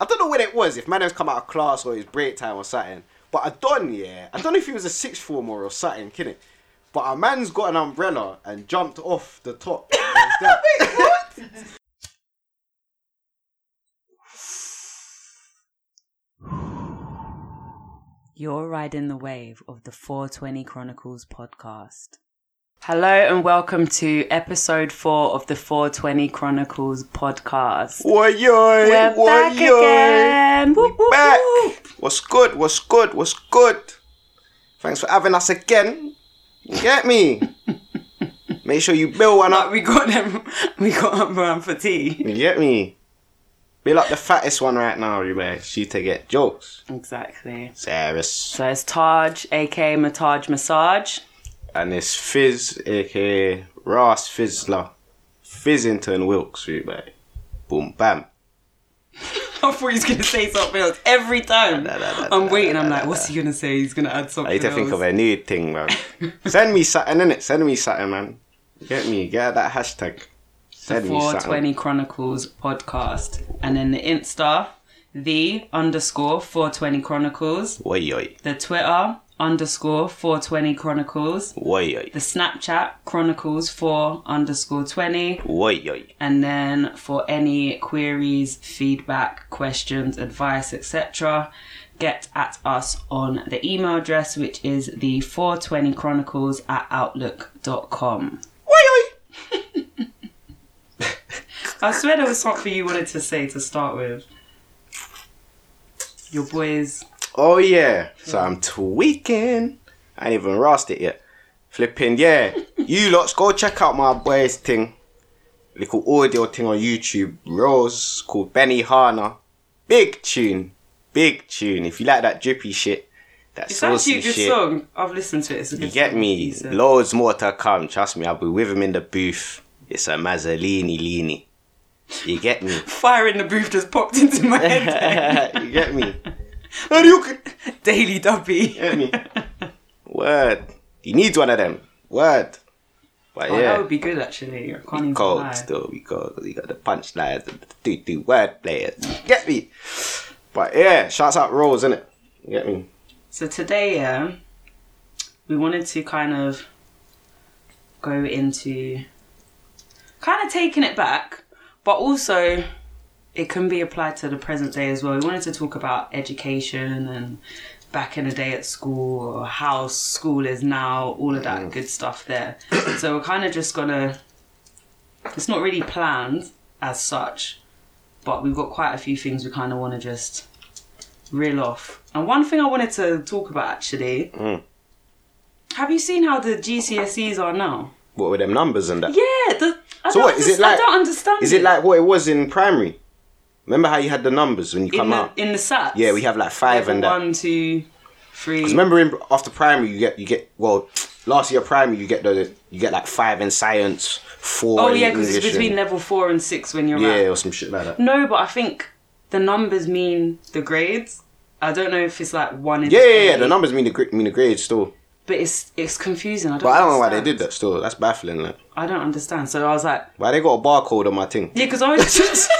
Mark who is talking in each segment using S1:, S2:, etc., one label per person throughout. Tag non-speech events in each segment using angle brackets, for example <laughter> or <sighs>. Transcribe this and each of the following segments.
S1: I don't know when it was, if man has come out of class or his break time or something. But I done, yeah. I don't know if he was a sixth former or something, kidding. But a man's got an umbrella and jumped off the
S2: <laughs>
S1: top. Wait, what?
S2: You're riding the wave of the 420 Chronicles podcast. Hello and welcome to episode four of the 420 Chronicles podcast.
S1: Oi, oi,
S2: We're
S1: oi,
S2: back
S1: oi.
S2: again. Woo, woo,
S1: back.
S2: woo.
S1: What's good? What's good? What's good? Thanks for having us again. You Get
S2: <laughs>
S1: me. Make sure you build one
S2: Like
S1: up.
S2: we got them, <laughs> we got them around for tea.
S1: You get me. Build up the fattest one right now, you man. She to get jokes.
S2: Exactly.
S1: Serious.
S2: So it's Taj, aka Mataj Massage. <laughs>
S1: And it's Fizz, aka Ross Fizzler. Fizzington Wilkes, you man. Boom, bam.
S2: I thought he was gonna say something else every <laughs> time.
S1: Nah, nah, nah,
S2: I'm
S1: nah,
S2: waiting.
S1: nah,
S2: I'm
S1: nah,
S2: like, what's he gonna say? He's gonna add something.
S1: I need to
S2: else.
S1: think of a new thing, man. Send me something, innit? Send me something, man. Get me. Get that hashtag.
S2: The
S1: Send me something.
S2: 420 Chronicles podcast, and then the Insta, the underscore 420 Chronicles,
S1: Oi, oi.
S2: the Twitter underscore 420 Chronicles,
S1: Oi, oi.
S2: the Snapchat Chronicles 4 underscore 20,
S1: Oi, oi.
S2: and then for any queries, feedback, questions, advice, etc., get at us on the email address, which is the 420 Chronicles at outlook.com.
S1: Oi, oi.
S2: I swear there was something you wanted to say to start with. Your boys.
S1: Oh, yeah. So I'm tweaking. I ain't even rasped it yet. Flipping,
S2: <laughs>
S1: yeah. you lots, go check out my boy's thing. Little audio thing on YouTube. Rose called Benny Hana. Big tune. Big tune. If you like that drippy shit, that
S2: It's
S1: saucy
S2: actually a good
S1: shit.
S2: song. I've listened to it. It's a good
S1: You get
S2: song. uh,
S1: me?
S2: Decent.
S1: Loads more to come. Trust me, I'll be with him in the booth. It's a Mazzolini Lini. You get
S2: <laughs>
S1: me? <laughs>
S2: Fire in the booth just popped into my head.
S1: you get me? And you can
S2: Daily Dubby.
S1: get
S2: <laughs>
S1: me. Word. He needs one of them. Word. But
S2: Oh,
S1: yeah,
S2: That would be good actually. I can't even
S1: cold
S2: lie.
S1: still. We cold. 'cause He got the punchlines and the do do word players. Get me? But yeah, shouts out Rose, innit? You get me?
S2: So today, yeah, we wanted to kind of go into kind of taking it back, but also it can be applied to the present day as well. We wanted to talk about education and back in the day at school or how school is now, all of that good stuff there. so we're kind of just gonna. It's not really planned as such, but we've got quite a few things we kind of want to just reel off. And one thing I wanted to talk about actually.
S1: Mm.
S2: Have you seen how the GCSEs are now?
S1: What with them numbers and that?
S2: Yeah, the, I
S1: So
S2: don't
S1: what, is it
S2: underst- I
S1: like-
S2: don't understand.
S1: Is it like what it was in primary? Remember how you had the numbers when you
S2: in
S1: come
S2: the,
S1: out?
S2: in the sats?
S1: Yeah, we have like five
S2: Level
S1: and that.
S2: one, two, three.
S1: 'Cause Remember, in, after primary, you get you get well. Last year of primary, you get the you get like five in science, four.
S2: oh
S1: in
S2: yeah, because it's
S1: English and-
S2: between level four and six when you're
S1: yeah
S2: at.
S1: or some shit like that.
S2: No, but I think the numbers mean the grades. I don't know if it's like one in
S1: Yeah, yeah, yeah. The
S2: numbers.
S1: numbers mean the gr- mean the grades still,
S2: but it's it's confusing. I don't.
S1: but I don't know why they
S2: understand.
S1: did that. Still, that's baffling. Like,
S2: I don't understand. So I was like,
S1: why they got a barcode on my thing?
S2: yeah, because I was <laughs> just.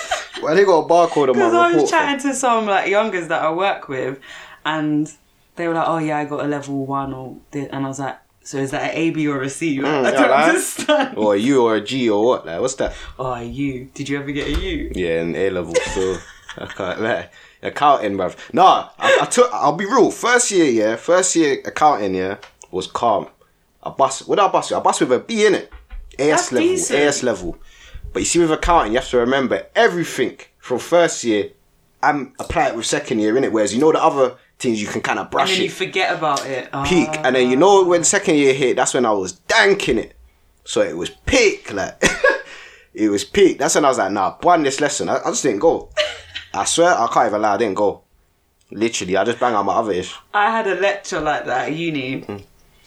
S1: Why they got a barcode on my
S2: Because
S1: report?
S2: I was
S1: thing?
S2: chatting to some like youngers that I work with, and they were like, "Oh yeah, I got a level one," or thi-" and I was like, "So is that an A, B, or a C?" Like, <laughs> I
S1: yeah,
S2: don't
S1: right.
S2: understand.
S1: Or a U or a G or what? Like, what's that?
S2: Oh, a U. Did you ever get a U?
S1: Yeah, in A level, so I can't lie. Accounting, bruv. Nah, I, I took. I'll be real. First year, yeah. First year accounting, yeah, was calm. I bust. What did I bust? With? I bust with a B in it. AS
S2: That's
S1: level.
S2: decent.
S1: AS level. But you see, with accounting, you have to remember everything from first year and apply it with second year in it. Whereas you know the other things you can kind of
S2: And
S1: brush
S2: then you
S1: it,
S2: forget about it. Ah.
S1: peak, and then you know when second year hit, that's when I was danking it. So it was peak, like <laughs> it was peak. That's when I was like, nah, one this lesson. I, I just didn't go. I swear, I can't even lie, I didn't go. Literally, I just bang out my other ish.
S2: I had a lecture like that at uni.
S1: Mm.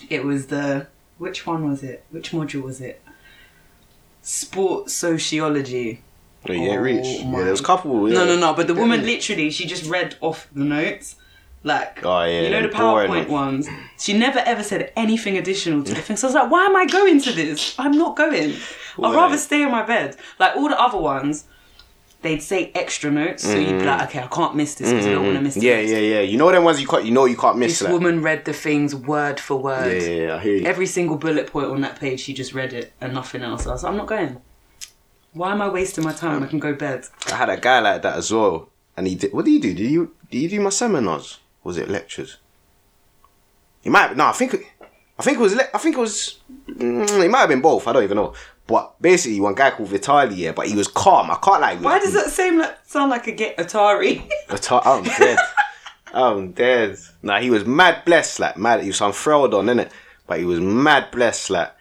S2: It was the which one was it? Which module was it? Sports sociology.
S1: Yeah, yeah,
S2: Oh
S1: reach.
S2: my-
S1: Yeah, there was a couple. Yeah.
S2: No, no, no. But the woman literally, she just read off the notes. Like,
S1: Oh, yeah,
S2: you know the
S1: them boring
S2: PowerPoint
S1: ones.
S2: ones. She never ever said anything additional
S1: <laughs>
S2: to the thing. So I was like, why am I going to this? I'm not going. I'd
S1: Why?
S2: rather stay in my bed. Like all the other ones, they'd say extra notes, so you'd be like, okay, I can't miss this because I don't want to miss
S1: Mm-hmm. Yeah,
S2: this.
S1: yeah, yeah. You know them ones you can't. You know you can't miss
S2: This
S1: that.
S2: woman read the things word for word.
S1: Yeah, yeah, yeah. I hear you.
S2: Every single bullet point on that page, she just read it and nothing else. I was like, I'm not going. Why am I wasting my time? I can go bed.
S1: I had a guy like that as well, and he did. What did he do? Did you did you do my seminars? Was it lectures? He might. No, I think. I think it was. le- I think it was. mm, It might have been both. I don't even know. But basically, one guy called Vitali, yeah, but he was calm. I can't like.
S2: Why does that seem like, sound like a get Atari? <laughs>
S1: I'm dead. I'm dead. Nah, he was mad blessed, like mad. He was on thrilled on, innit? But he was mad blessed, like,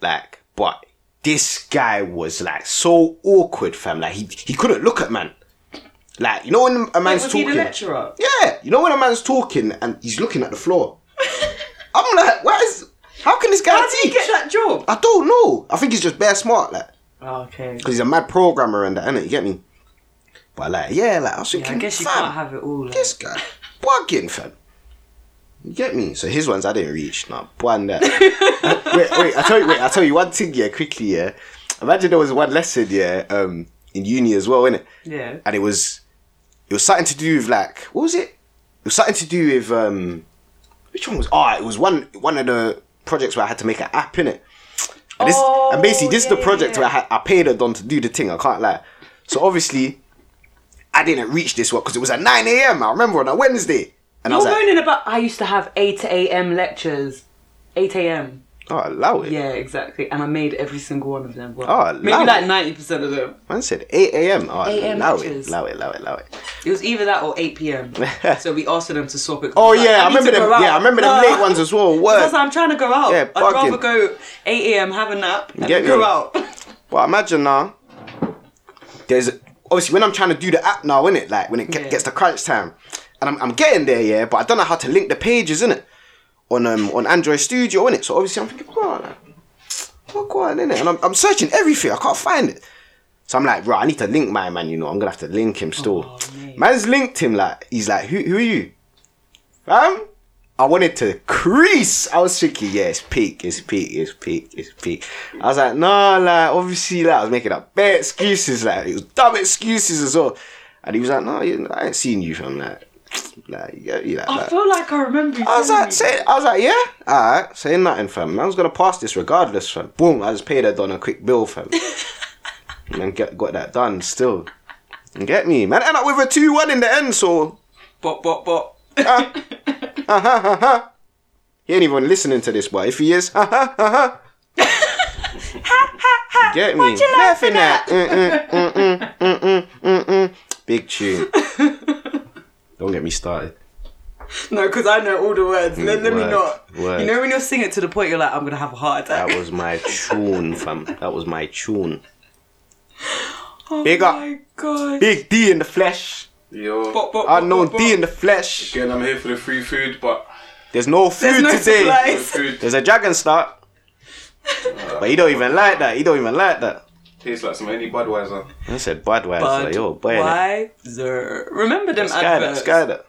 S1: like. But this guy was like so awkward, fam. Like he he couldn't look at man. Like you know when a man's
S2: was he
S1: talking.
S2: the lecturer?
S1: Yeah, you know when a man's talking and he's looking at the
S2: <laughs>
S1: floor. I'm like, what is? How can this guy
S2: How did he
S1: teach?
S2: get that job?
S1: I don't know. I think he's just bare smart, like
S2: Oh, okay.
S1: because he's a mad programmer and that, innit? You get me? But like, yeah, like I was
S2: Yeah,
S1: thinking,
S2: I guess you
S1: fam,
S2: can't have it all. like-
S1: this guy bugging, fam. You get me? So his ones I didn't reach. Nah, one that. wait, wait. I tell you, wait. I tell you one thing. Yeah, quickly. Yeah, imagine there was one lesson. Yeah, um, in uni as well, innit?
S2: Yeah.
S1: And it was, it was something to do with like what was it? It was something to do with um, which one was? Oh, it was one one of the projects where I had to make an app, innit? And this and basically this is
S2: Oh,
S1: the
S2: yeah,
S1: project
S2: yeah.
S1: where I, had, I paid her done to do the thing. I can't lie. So obviously, I didn't reach this one because it was at nine a.m. I remember on a Wednesday, and I
S2: You're
S1: was like,
S2: moaning about I used to have 8 a.m. lectures. 8 a.m.
S1: "Oh, allow it."
S2: Yeah, exactly. And I made every single one of them. Well,
S1: Oh,
S2: maybe
S1: love
S2: like
S1: it.
S2: 90% of them.
S1: Man said eight a.m. Oh,
S2: 8 a.m.
S1: allow
S2: matches.
S1: it, allow it, allow it, allow it.
S2: It was either that or 8
S1: <laughs>
S2: p.m. so we asked them to swap it.
S1: Oh
S2: Like,
S1: yeah, I,
S2: need to
S1: remember them.
S2: go out.
S1: Yeah, I remember them
S2: No.
S1: late ones as
S2: <laughs>
S1: well. Word.
S2: Because I'm trying to go out.
S1: Yeah,
S2: I'd rather
S1: bugging.
S2: go 8 a.m. have a nap and
S1: Get
S2: go
S1: me.
S2: out. <laughs>
S1: But imagine now, there's obviously when I'm trying to do the app now, innit? Like when it ge-
S2: Yeah.
S1: gets to crunch time, and I'm, I'm getting there, yeah. But I don't know how to link the pages, innit? On um on Android Studio, innit? So obviously I'm thinking, go on, like, what go on, innit? And I'm, I'm searching everything, I can't find it. So I'm like, right, I need to link my man. You know, I'm gonna have to link him still.
S2: Oh, mate.
S1: Man's linked him like he's like, who who are you, fam? I wanted to crease. I was thinking, yeah, it's peak, it's peak, it's peak, it's peak. I was like, nah, like obviously, like I was making up bad excuses, like it was dumb excuses as well. And he was like, no, you, I ain't seen you from that. Like, <sniffs> yeah, you like,
S2: I
S1: like.
S2: feel like I remember you.
S1: I was
S2: telling
S1: like,
S2: me.
S1: say, I was like, yeah, all right, say nothing, fam. I was gonna pass this regardless, fam. Boom, I just paid her on a quick bill, fam. and then get, got that done still. You Get me, man. End up with a two-one in the end, so
S2: Bop, bop, bop.
S1: He ain't even listening to this, but if he is, <laughs> ha ha ha ha. Get me. What
S2: you laughing at?
S1: Mm, mm, mm, mm, mm, mm, mm, mm. Big tune.
S2: <laughs>
S1: Don't get me started.
S2: No, because I know all the words. Let, let me
S1: word,
S2: not.
S1: word.
S2: You know when you're singing to the point you're like, I'm gonna have a heart attack.
S1: That was my tune, fam. That was my tune.
S2: oh
S1: Big up.
S2: my god.
S1: Big D in the flesh.
S3: Yo,
S2: Bop, bop, bop,
S1: Unknown
S2: bop,
S1: D
S2: bop.
S1: in the flesh.
S3: again, I'm here for the free food, but
S1: There's no
S2: There's
S1: food
S2: no
S1: today.
S3: the
S2: supplies.
S3: food
S1: There's a dragon start. But he don't even like that. He don't even like that.
S3: tastes like some any Budweiser.
S1: I said Budweiser.
S2: Bud-
S1: Yo, boy. innit?
S2: Budweiser. Remember them
S1: Sky that,
S2: adverts?
S1: sky that.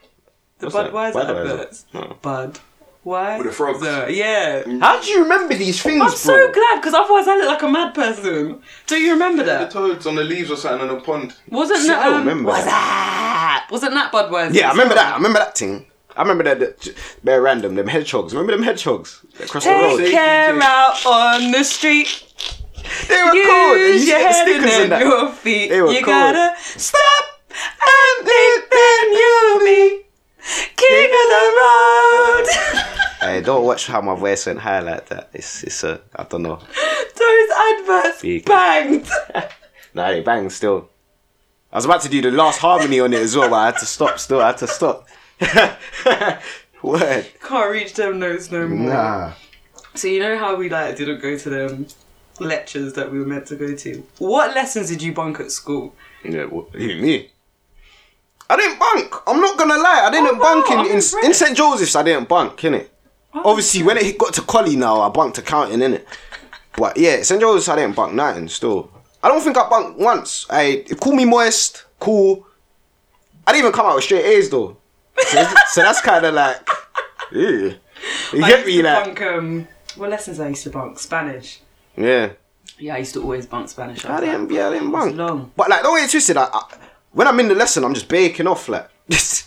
S2: the
S1: What's that?
S2: Budweiser,
S1: Budweiser.
S2: adverts.
S1: No.
S2: Bud. Why?
S3: With the frogs. Mm.
S2: Yeah.
S1: How do you remember these things,
S2: I'm
S1: bro?
S2: so glad because otherwise I look like a mad person. Do you remember
S3: The
S2: that?
S3: toads on the leaves or something on the pond.
S2: Wasn't
S1: See,
S2: that?
S1: I don't
S2: um,
S1: remember
S2: was
S1: that.
S2: that? Wasn't that Budweiser?
S1: Yeah, I remember that. I remember that thing. I remember that, that bare random them hedgehogs. Remember them hedgehogs that crossed the road?
S2: Take
S3: Safety
S2: care
S3: tape.
S2: out on the street.
S1: They were cool. They
S2: Use
S1: used to get the
S2: your head and
S1: stickers and
S2: then
S1: that.
S2: your feet.
S1: They were
S2: you
S1: cool.
S2: gotta stop and think then you me. King of the road. <laughs>
S1: Hey, don't watch how my voice went high like that. It's it's a I don't know. <laughs>
S2: Those adverts
S1: Big. <laughs>
S2: banged.
S1: Nah, they bang still. I was about to do the last harmony on it as well, but I had to stop. Still, I had to stop. <laughs> Word.
S2: Can't reach them notes no more.
S1: Nah.
S2: So you know how we like didn't go to them lectures that we were meant to go to. What lessons did you bunk at school?
S1: Yeah, what, who, me? I didn't bunk. I'm not gonna lie. I didn't
S2: Oh,
S1: bunk
S2: wow,
S1: in
S2: I'm
S1: in, in
S2: impressed. Oh,
S1: St Joseph's. I didn't bunk, innit? Obviously, when it got to Collie now, I bunked accounting, innit? But yeah, St. Joseph's, I didn't bunk nothing still. I don't think I bunked once. I Call me moist, cool. I didn't even come out with straight A's though. So, so that's kind of like, ew. You
S2: I
S1: get
S2: used
S1: me?
S2: to
S1: Like,
S2: bunk, um, what lessons I used to bunk? Spanish.
S1: yeah.
S2: Yeah, I used to always bunk Spanish.
S1: I
S2: was
S1: didn't,
S2: like,
S1: yeah, I didn't bunk.
S2: long.
S1: But like, don't get it twisted. I, I, when I'm in the lesson, I'm just baking off. Like, <laughs> like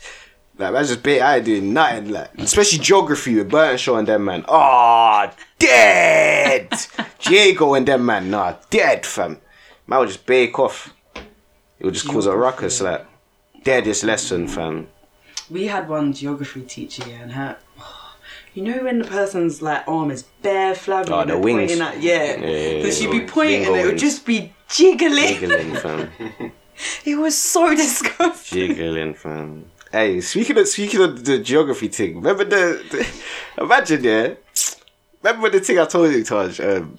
S1: that's just bait. I ain't doing nothing. Like, especially geography with Burnshaw and them man. Ah, <laughs> dead. Diego and them man. Nah, dead fam. Man will just bake off. It will just cause a ruckus. Like, deadest lesson fam.
S2: We had one geography teacher yeah, and her. <sighs> You know when the person's like arm is bare flabby,
S1: Oh,
S2: and
S1: the
S2: they're
S1: wings.
S2: pointing at
S1: Yeah,
S2: yeah,
S1: yeah, yeah,
S2: because she'd be
S1: wings.
S2: pointing
S1: Bingo
S2: and it would
S1: wings.
S2: just be jiggling.
S1: Giggling fam.
S2: <laughs> It was so disgusting.
S1: Jiggling, fam. Hey, speaking of speaking of the geography thing, remember the, the imagine yeah. Remember the thing I told you, Taj? Um,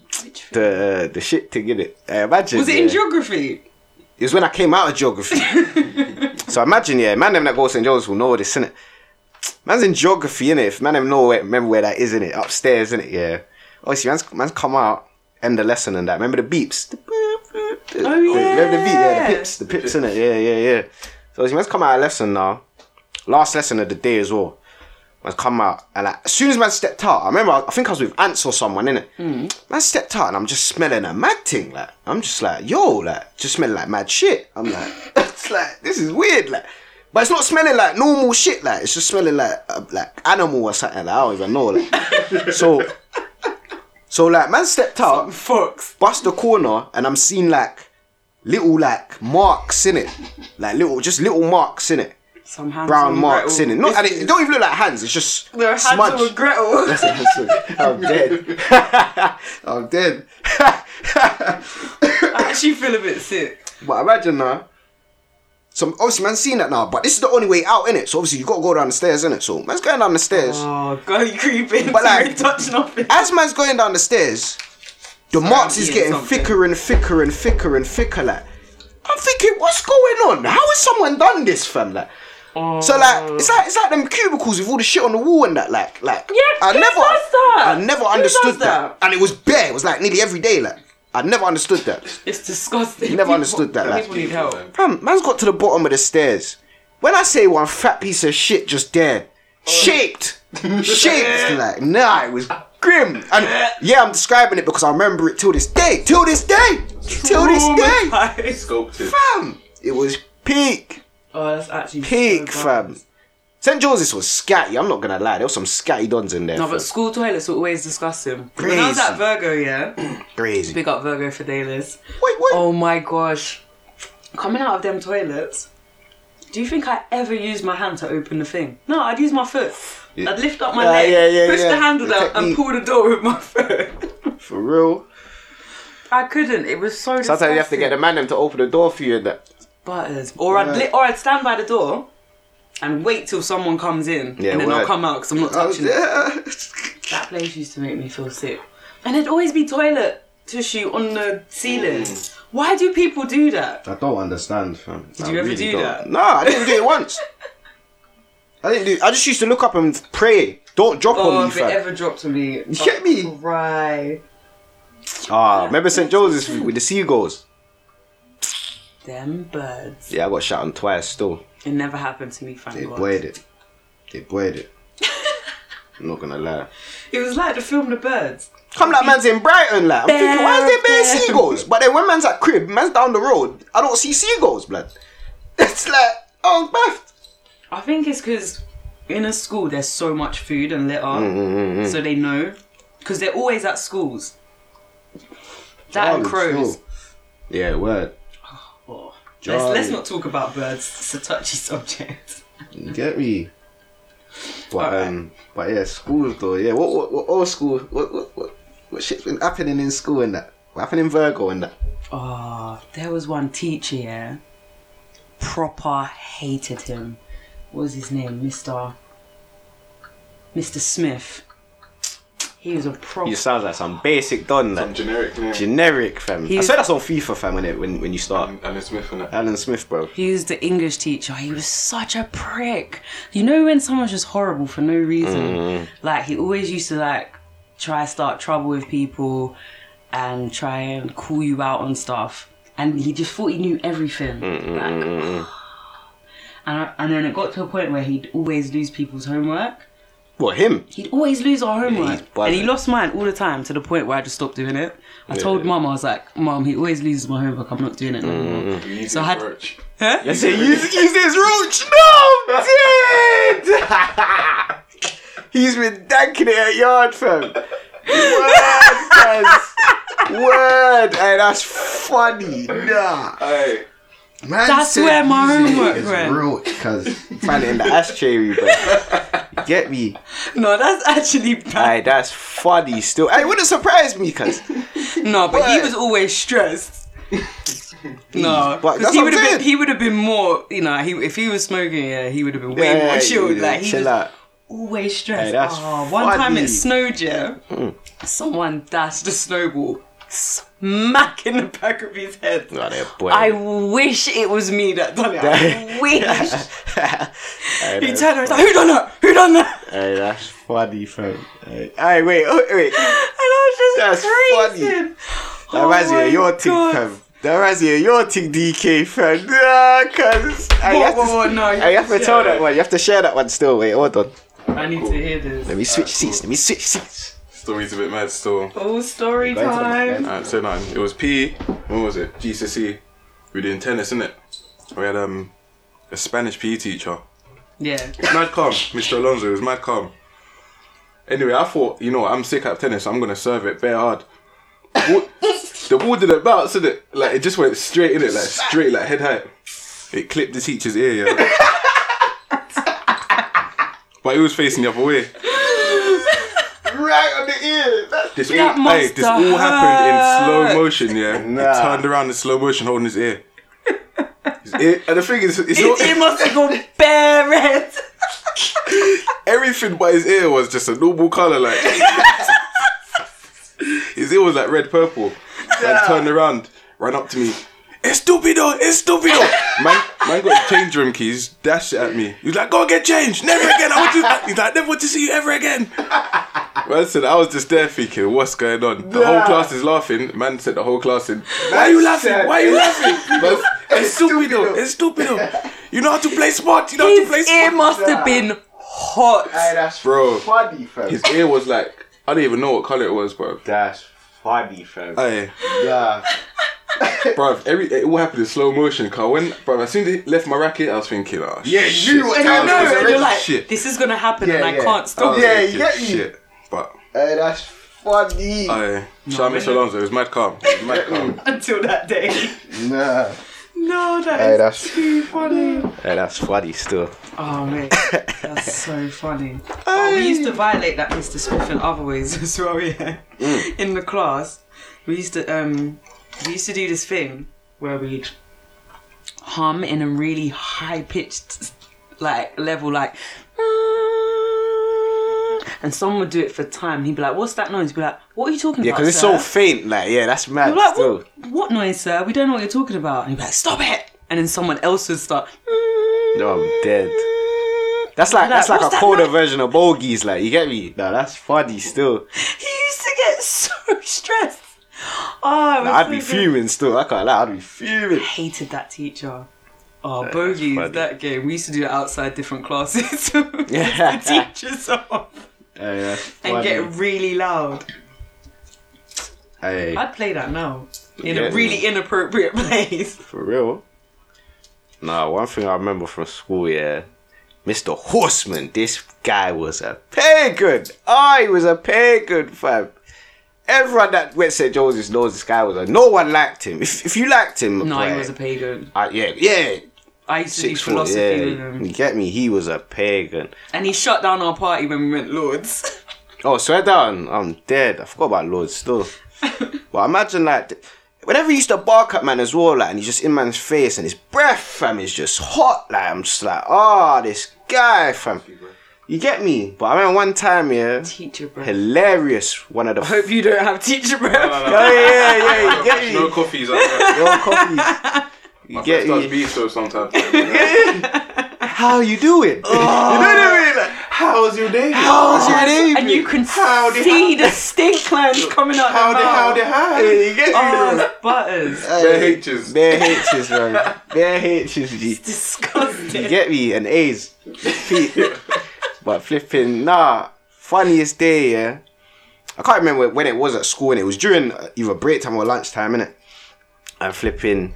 S1: the uh, the shit thing in it. imagine.
S2: Was it
S1: yeah,
S2: in geography?
S1: It was when I came out of
S2: <laughs>
S1: geography. so imagine, yeah, man, them that go to St John's will know this, innit? Man's in geography, innit? If man them know where, remember where that is, innit? Upstairs, innit? Yeah. Obviously, man's man's come out, end the lesson and that. Remember the beeps? The boop, boop, the-
S2: Oh,
S1: Remember the beep? Yeah,
S2: yeah.
S1: the pips, the pips, innit? Yeah, yeah, yeah. So obviously, man's come out of lesson now. Last lesson of the day as well. Man's come out and like, as soon as man stepped out, I remember I, I think I was with Ants or someone, innit? Mm. Man stepped out and I'm just smelling a mad thing, like I'm just like, yo, like just smelling like mad shit. I'm like, <laughs> it's like this is weird, like. But it's not smelling like normal shit, like it's just smelling like uh, like animal or something. Like, I don't even know, like. so, so like man stepped out,
S2: Fox.
S1: bust the corner, and I'm seeing like little like marks in it, like little just little marks in it,
S2: Some hands
S1: brown
S2: on
S1: marks in
S2: Gretel.
S1: it. Not, and it,
S2: This
S1: it don't even look like hands. It's just
S2: is- There are hands
S1: smudge. <laughs>
S2: on Gretel.
S1: I'm dead. <laughs> I'm dead. <laughs>
S2: <laughs> I actually feel a bit sick.
S1: But imagine now. So obviously, man's seen that now, but this is the only way out, innit? So obviously, you gotta go down the stairs, innit? So man's going down the stairs.
S2: Oh, go creeping.
S1: But
S2: But
S1: like-
S2: like, touch nothing.
S1: As man's going down the stairs, the marks
S2: I'm
S1: is
S2: eating
S1: getting
S2: something.
S1: thicker and thicker and thicker and thicker, like. I'm thinking, what's going on? How has someone done this, fam? Like, <laughs> so like, it's like it's like them cubicles with all the shit on the wall and that, like, like.
S2: Yeah,
S1: I
S2: who
S1: never,
S2: does that?
S1: I never
S2: Who does
S1: understood that?
S2: that?
S1: and it was bare. It was like nearly every day, like. I never understood that.
S2: It's disgusting.
S1: Never understood that, like-
S2: People need help.
S1: Fam, man's got to the bottom of the stairs. When I say one fat piece of shit just there, shaped, shaped like nah, it was grim. And yeah, I'm describing it because I remember it till this day, till this day, till this day.
S2: Traumatized.
S3: Sculpted.
S1: Fam, it was peak,
S2: <laughs> Oh, that's actually
S1: peak,
S2: so bad.
S1: fam. St George's was scatty. I'm not gonna lie, there was some scatty dons in there.
S2: No,
S1: fam.
S2: but school toilets were always disgusting. When I was
S1: Crazy.
S2: at Virgo, yeah.
S1: Crazy. Wait,
S2: Big up Virgo for Dalis.
S1: what?
S2: Oh my gosh. Coming out of them toilets, do you think I ever used my hand to open the thing? No, I'd use my foot. I'd lift up my
S1: Yeah,
S2: leg,
S1: yeah, yeah,
S2: push
S1: yeah.
S2: the handle
S1: The
S2: down, and
S1: technique.
S2: pull the door with my <laughs> foot.
S1: For real.
S2: I couldn't. It was so.
S1: Sometimes you have to get the man them to open the door for you and that.
S2: butters, or I'd li- or I'd stand by the door and wait till someone comes in,
S1: Yeah,
S2: and then
S1: word. Oh,
S2: I'll come out because I'm not touching it. That place used to make me feel sick, and there'd always be toilet tissue on the ceiling.
S1: Mm.
S2: Why do people do that?
S1: I don't understand, fam. Did
S2: you ever do that?
S1: No, I didn't do it once. I didn't do. I just used to look up and pray. Don't drop on
S2: Oh,
S1: me,
S2: if it
S1: fam.
S2: ever dropped on me, you
S1: get me?
S2: Right,
S1: Ah, remember St Joseph's with the seagulls?
S2: them birds.
S1: Yeah, I got shot on twice. Still,
S2: It never happened to me, thank
S1: they
S2: God.
S1: boiled it. They boiled
S2: <laughs>
S1: it. I'm not gonna lie.
S2: It was like the film The Birds.
S1: Come like man's in Brighton, like I'm thinking, why is there bare
S2: Bare-
S1: seagulls? But then when man's at crib, man's down the road. I don't see seagulls, blood. <laughs> It's like oh, I was baffed.
S2: I think it's because in a school there's so much food and litter,
S1: Mm,
S2: so they know because they're always at schools. That and crows.
S1: Yeah, word.
S2: Oh, let's,
S1: Jolly.
S2: let's not talk about birds. It's a touchy <laughs> subject.
S1: You get me? But
S2: Alright.
S1: um, but yeah, school though. Yeah, what what what old school? What what what, what shit's been happening in school and that? What happened in Virgo and that?
S2: Oh, there was one teacher, yeah. Proper hated him. What was his name? Mr. Mr. Smith. He was a proper.
S1: sounds like some basic don,
S3: Some generic name.
S1: generic fam. I
S2: He's-
S1: said that's on FIFA fam when it when when you start.
S3: and Alan Smith and
S2: Uh,
S3: that.
S1: Alan Smith, bro.
S2: He was the English teacher. He was such a prick. You know when someone's just horrible for no reason?
S1: Mm-hmm.
S2: Like he always used to like try start trouble with people and try and call you out on stuff. And he just thought he knew everything.
S1: Mm-hmm,
S2: <sighs> Like, and, I, and then it got to a point where he'd always lose people's homework.
S1: What him?
S2: He'd always lose our homework.
S1: he's buzzing.
S2: and he lost mine all the time to the point where I just stopped doing it. I
S1: Yeah.
S2: told mum, I was like, Mum, he always loses my homework. I'm not doing it no more.
S1: Mm-hmm.
S3: Easy
S2: So I had-
S3: approach.
S2: Huh? <laughs>
S1: I said, use, use this roach. No,
S3: <laughs>
S1: dude. He's been danking it at yard, fam. Word, guys. Word. Hey, that's funny. Nah.
S3: Aye.
S1: Man
S2: That's
S1: said
S2: where my
S1: using it
S2: homework
S1: is
S2: went.
S1: roach, cause find it in the ashtray, bro. Get me.
S2: No, that's actually bad.
S1: Hey, that's funny still. Hey, it wouldn't surprise me, cause
S2: No, but he
S1: But-
S2: was always
S1: <laughs>
S2: stressed. no,
S1: but
S2: because
S1: that's
S2: he
S1: what I'm
S2: would have been
S1: saying.
S2: he would have been more you know he if he was smoking yeah he would have been <laughs> way
S1: Yeah,
S2: more chilled
S1: yeah,
S2: like he
S1: chill
S2: was
S1: out.
S2: always stressed.
S1: Hey, that's
S2: oh, one time
S1: funny. Hmm.
S2: it snowed yeah, someone dashed a snowball smack in the back of his head.
S1: Oh, that boy. <laughs>
S2: I wish it was me that done it. I wish.
S1: Hey,
S2: He
S1: that's
S2: turned around, he's like, who done that? Who done that? <laughs> And
S1: Hey, that's funny, fam. Hey, hey, wait, oh, wait.
S2: I was
S1: That's
S2: just
S1: funny.
S2: crazy. Oh
S1: That reminds me of your thing, fam. That reminds me of your thing, DK, fam. <laughs> Nah, cuz. Hey, you
S2: Whoa,
S1: have to-
S2: whoa, whoa, no, you
S1: hey, you have to
S2: share
S1: tell that
S3: it.
S1: one. You have to share that one still. Wait, hold on.
S2: I need to hear this.
S1: Let me switch seats. Let me switch seats.
S3: Story's a bit mad still.
S2: Oh, story
S1: Go to the
S2: time.
S1: man.
S3: Alright, so nine. It was PE. When was it? GCSE. We were doing tennis, innit? We had um a Spanish PE teacher.
S2: Yeah.
S3: Mad calm, Mr. Alonso. It was mad calm. Anyway, I thought, you know, what, I'm sick at tennis. I'm gonna serve it bare hard. Ball- the ball didn't bounce, did it? Like it just went straight in it, like straight, like head height. It clipped the teacher's ear, yeah. but he was facing the other way.
S1: Right on the ear. That's
S3: This
S2: That
S3: all, hey,
S2: must
S3: this
S2: have
S3: all happened in
S2: hurt.
S3: slow motion, yeah.
S1: Nah.
S3: He turned around in slow motion, holding his ear. His ear- and the thing is, it's
S2: It,
S3: not,
S2: it must have gone bare
S1: <laughs>
S2: red.
S3: everything but his ear was just a normal color, like <laughs> his ear was like red purple. Man turned around, ran up to me. It's stupido, it's stupido. Man, man got change room keys, dashed it at me. He was like, "Go and get change, never again. I want you." He's like, "Never want to see you ever again." Man said, "I was just there thinking, what's going on?" The whole
S1: Nah.
S3: class is laughing. Man said, "The whole class in." Why are you laughing?
S1: said,
S3: Why are you laughing? Man, It's
S1: stupido.
S3: stupido, it's stupido. You know how to play sport. You know how to
S2: His
S3: play
S2: ear
S3: sport.
S2: must have been hot.
S1: that's
S3: Bro.
S1: funny, fam.
S3: His ear was like, I don't even know what color it was, bro.
S1: That's funny, fam.
S3: Aye.
S1: Uh, Yeah.
S3: Bruv, every it all happened in slow motion. Cause when, bruv, as soon as it left my racket, I was thinking, oh,
S1: Yeah,
S3: shit.
S1: you knew what
S2: And I
S1: time it was
S2: know, and
S1: already.
S2: you're like,
S3: Shit.
S2: this is gonna happen,
S1: Yeah,
S2: and I
S1: yeah. Oh,
S2: can't
S3: I
S2: stop it.
S3: was
S2: <laughs>
S1: Yeah,
S3: thinking,
S1: you get me.
S3: Shit, but
S1: Hey, that's funny.
S3: aye, shout out Mr. Alonso. It was mad calm. It was mad calm.
S2: until that day. <laughs>
S1: Nah.
S2: No, that
S1: Hey,
S2: is
S1: that's-
S2: too funny.
S1: <laughs> Hey, that's funny still. <laughs>
S2: Oh man, that's so funny. Oh, we used to violate that Mr. Smith in other ways <laughs> as well. Yeah,
S1: Mm.
S2: in the class, we used to um, we used to do this thing where we'd hum in a really high pitched like level, like. And someone would do it for time. He'd be like, "What's that noise?" He'd be like, "What are you talking
S1: Yeah,
S2: about?"
S1: because it's so
S2: sir?"
S1: faint. Like, yeah, that's mad
S2: We're like,
S1: still.
S2: what, what noise, sir? We don't know what you're talking about. And he'd be like, stop it. And then someone else would start.
S1: No, I'm dead. That's like that's like a
S2: "What's that
S1: colder
S2: noise?"
S1: version of bogeys. Like, you get me? Nah, that's funny still.
S2: He used to get <laughs> so stressed. Oh, it was
S1: Nah, I'd
S2: so
S1: be
S2: good.
S1: fuming still. I can't lie, I'd be fuming.
S2: Hated that teacher. Oh, bogeys,
S1: funny.
S2: that game. We used to do it outside different classes. <laughs> yeah. the teachers off
S1: Hey, that's funny.
S2: and get really loud.
S1: hey,
S2: I'd play that now in
S1: Yeah.
S2: a really inappropriate <laughs> place.
S1: for real. Nah, one thing I remember from school, yeah. Mr. Horseman, this guy was a pagan. Oh, he was a pagan, fam. Everyone that went St. Joseph's knows this guy was a. No one liked him. If, if you liked him,
S2: No,
S1: boy,
S2: he was a pagan.
S1: I- yeah, yeah,
S2: I used to
S1: six
S2: do
S1: foot.
S2: philosophy
S1: Yeah,
S2: with him.
S1: you get me. He was a pagan.
S2: And he shut down our party when we went Lords. <laughs>
S1: Oh, swear down. I'm dead. I forgot about Lord still. but imagine like th- whenever he used to bark at man as well, like, and he's just in man's face, and his breath, fam, is just hot. Like I'm just like, ah, this guy, fam. You get me? But I remember one time, yeah,
S2: Teacher breath.
S1: hilarious. One of the.
S2: Hope you don't have teacher
S1: <laughs>
S2: breath. <laughs>
S1: yeah, yeah, yeah. You <laughs> get me?
S3: No coffees. I
S1: Your <laughs> copies. You
S3: get
S1: get
S3: starts
S1: me?
S3: beef though sometimes. Like,
S1: How <laughs> you doing? you know what I mean? Like, oh,
S3: How was your day?
S1: how's your day?
S2: and you can
S1: Howdy,
S2: see the
S1: <laughs>
S2: stink lines coming out
S3: Howdy,
S2: the mouth.
S3: howdy, hi.
S1: you get me?
S2: Oh, it's
S1: <laughs>
S2: butters.
S3: Bare H's.
S1: Bare H's, man. Bare H's, G. <laughs>
S2: Disgusting.
S1: You get me? And A's. Pete. But flipping, nah, funniest day, yeah. I can't remember when it was at school, and it was during either break time or lunchtime, innit? And flipping,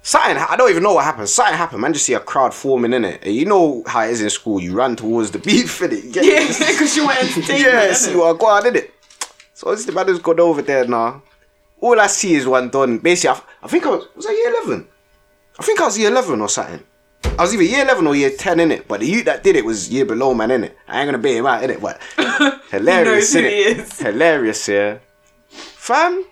S1: something, I don't even know what happened. Something happened, man. Just see a crowd forming, in it. you know how it is in school, you run towards the beef, <laughs> innit? You get-
S2: Yeah, <laughs> because you were entertained.
S1: yeah, see what I got, did it? So obviously, man, just got over there now. All I see is one done. Basically, I, I think I was, was I year 11? I think I was year 11 or something. I was either year 11 or year 10 in it, but the youth that did it was year below, man, in it. I ain't gonna beat him out in it, but
S2: <laughs>
S1: hilarious,
S2: He knows who
S1: innit?
S2: he is.
S1: Hilarious, yeah. Fam,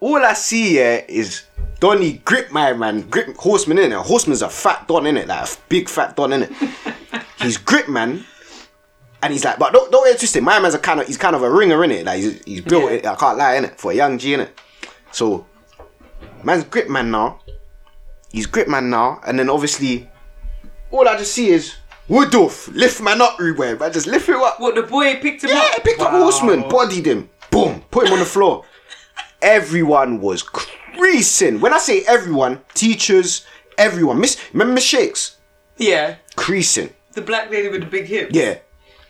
S1: all I see yeah is Donny grip my man, grip horseman in it. Horseman's a fat don in it, like a big fat don in it.
S2: <laughs>
S1: he's grip man, and he's like, but don't don't get it twisted. My man's a kind of he's kind of a ringer in it, like he's, he's built. it. I can't lie in it for a young G in it. So, man's grip man now. He's grip man now, and then obviously, all I just see is Woodruff lift man up everywhere, but just lift him up.
S2: What the boy picked him
S1: Yeah,
S2: up?
S1: he picked up
S2: Wow.
S1: Horseman, bodied him, boom, put him on the floor. everyone was creasing. When I say everyone, teachers, everyone. Miss, remember Miss Shakes?
S2: Yeah,
S1: Creasing.
S2: the black lady with the big hips.
S1: Yeah,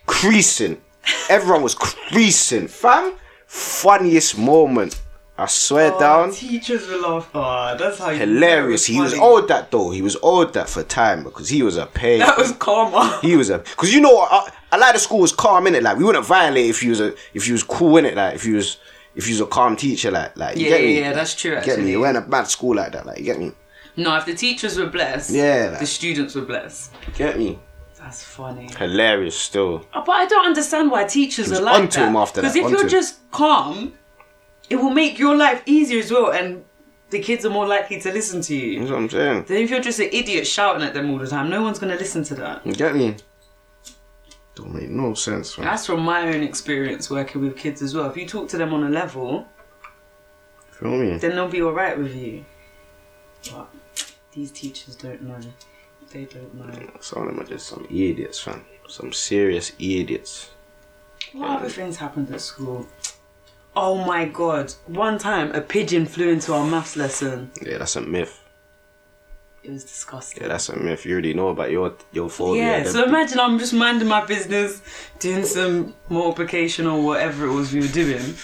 S1: creasing. Everyone was creasing. Fam, funniest moment. I swear
S2: Oh,
S1: down.
S2: Teachers were laughing. Oh, that's how you
S1: Hilarious. He was
S2: funny.
S1: owed that though. He was owed that for time because he was a pain.
S2: <laughs> That was karma.
S1: <laughs> He was a because you know I, a lot of school was calm in it. Like we wouldn't violate if you was a if you was cool in it. Like if you was if you was a calm teacher. Like like you
S2: Yeah,
S1: get
S2: yeah,
S1: me?
S2: yeah, that's true,
S1: Get me?
S2: actually.
S1: It weren't a bad school like that. Like you get me?
S2: no, if the teachers were blessed,
S1: Yeah, like-
S2: the students were blessed.
S1: Get me?
S2: That's funny.
S1: Hilarious still.
S2: Uh, But I don't understand why teachers
S1: was
S2: are like
S1: onto
S2: that.
S1: him after
S2: Because
S1: that,
S2: if
S1: onto
S2: you're
S1: him.
S2: just calm, it will make your life easier as well, and the kids are more likely to listen to you.
S1: You know what I'm saying?
S2: Then if you're just an idiot shouting at them all the time, no one's gonna listen to that.
S1: You get me? Don't make no sense. Man.
S2: That's from my own experience working with kids as well. If you talk to them on a level,
S1: Feel me?
S2: then they'll be alright with you. But these teachers don't know. They don't know.
S1: Some of them are just some idiots, fam. Some serious idiots.
S2: What other things happened at school? Oh my god. One time a pigeon flew into our maths lesson.
S1: Yeah, that's a myth.
S2: It was disgusting.
S1: Yeah, that's a myth. You already know about your your phobia.
S2: Yeah,
S1: them
S2: so imagine I'm just minding my business, doing some multiplication or whatever it was we were doing.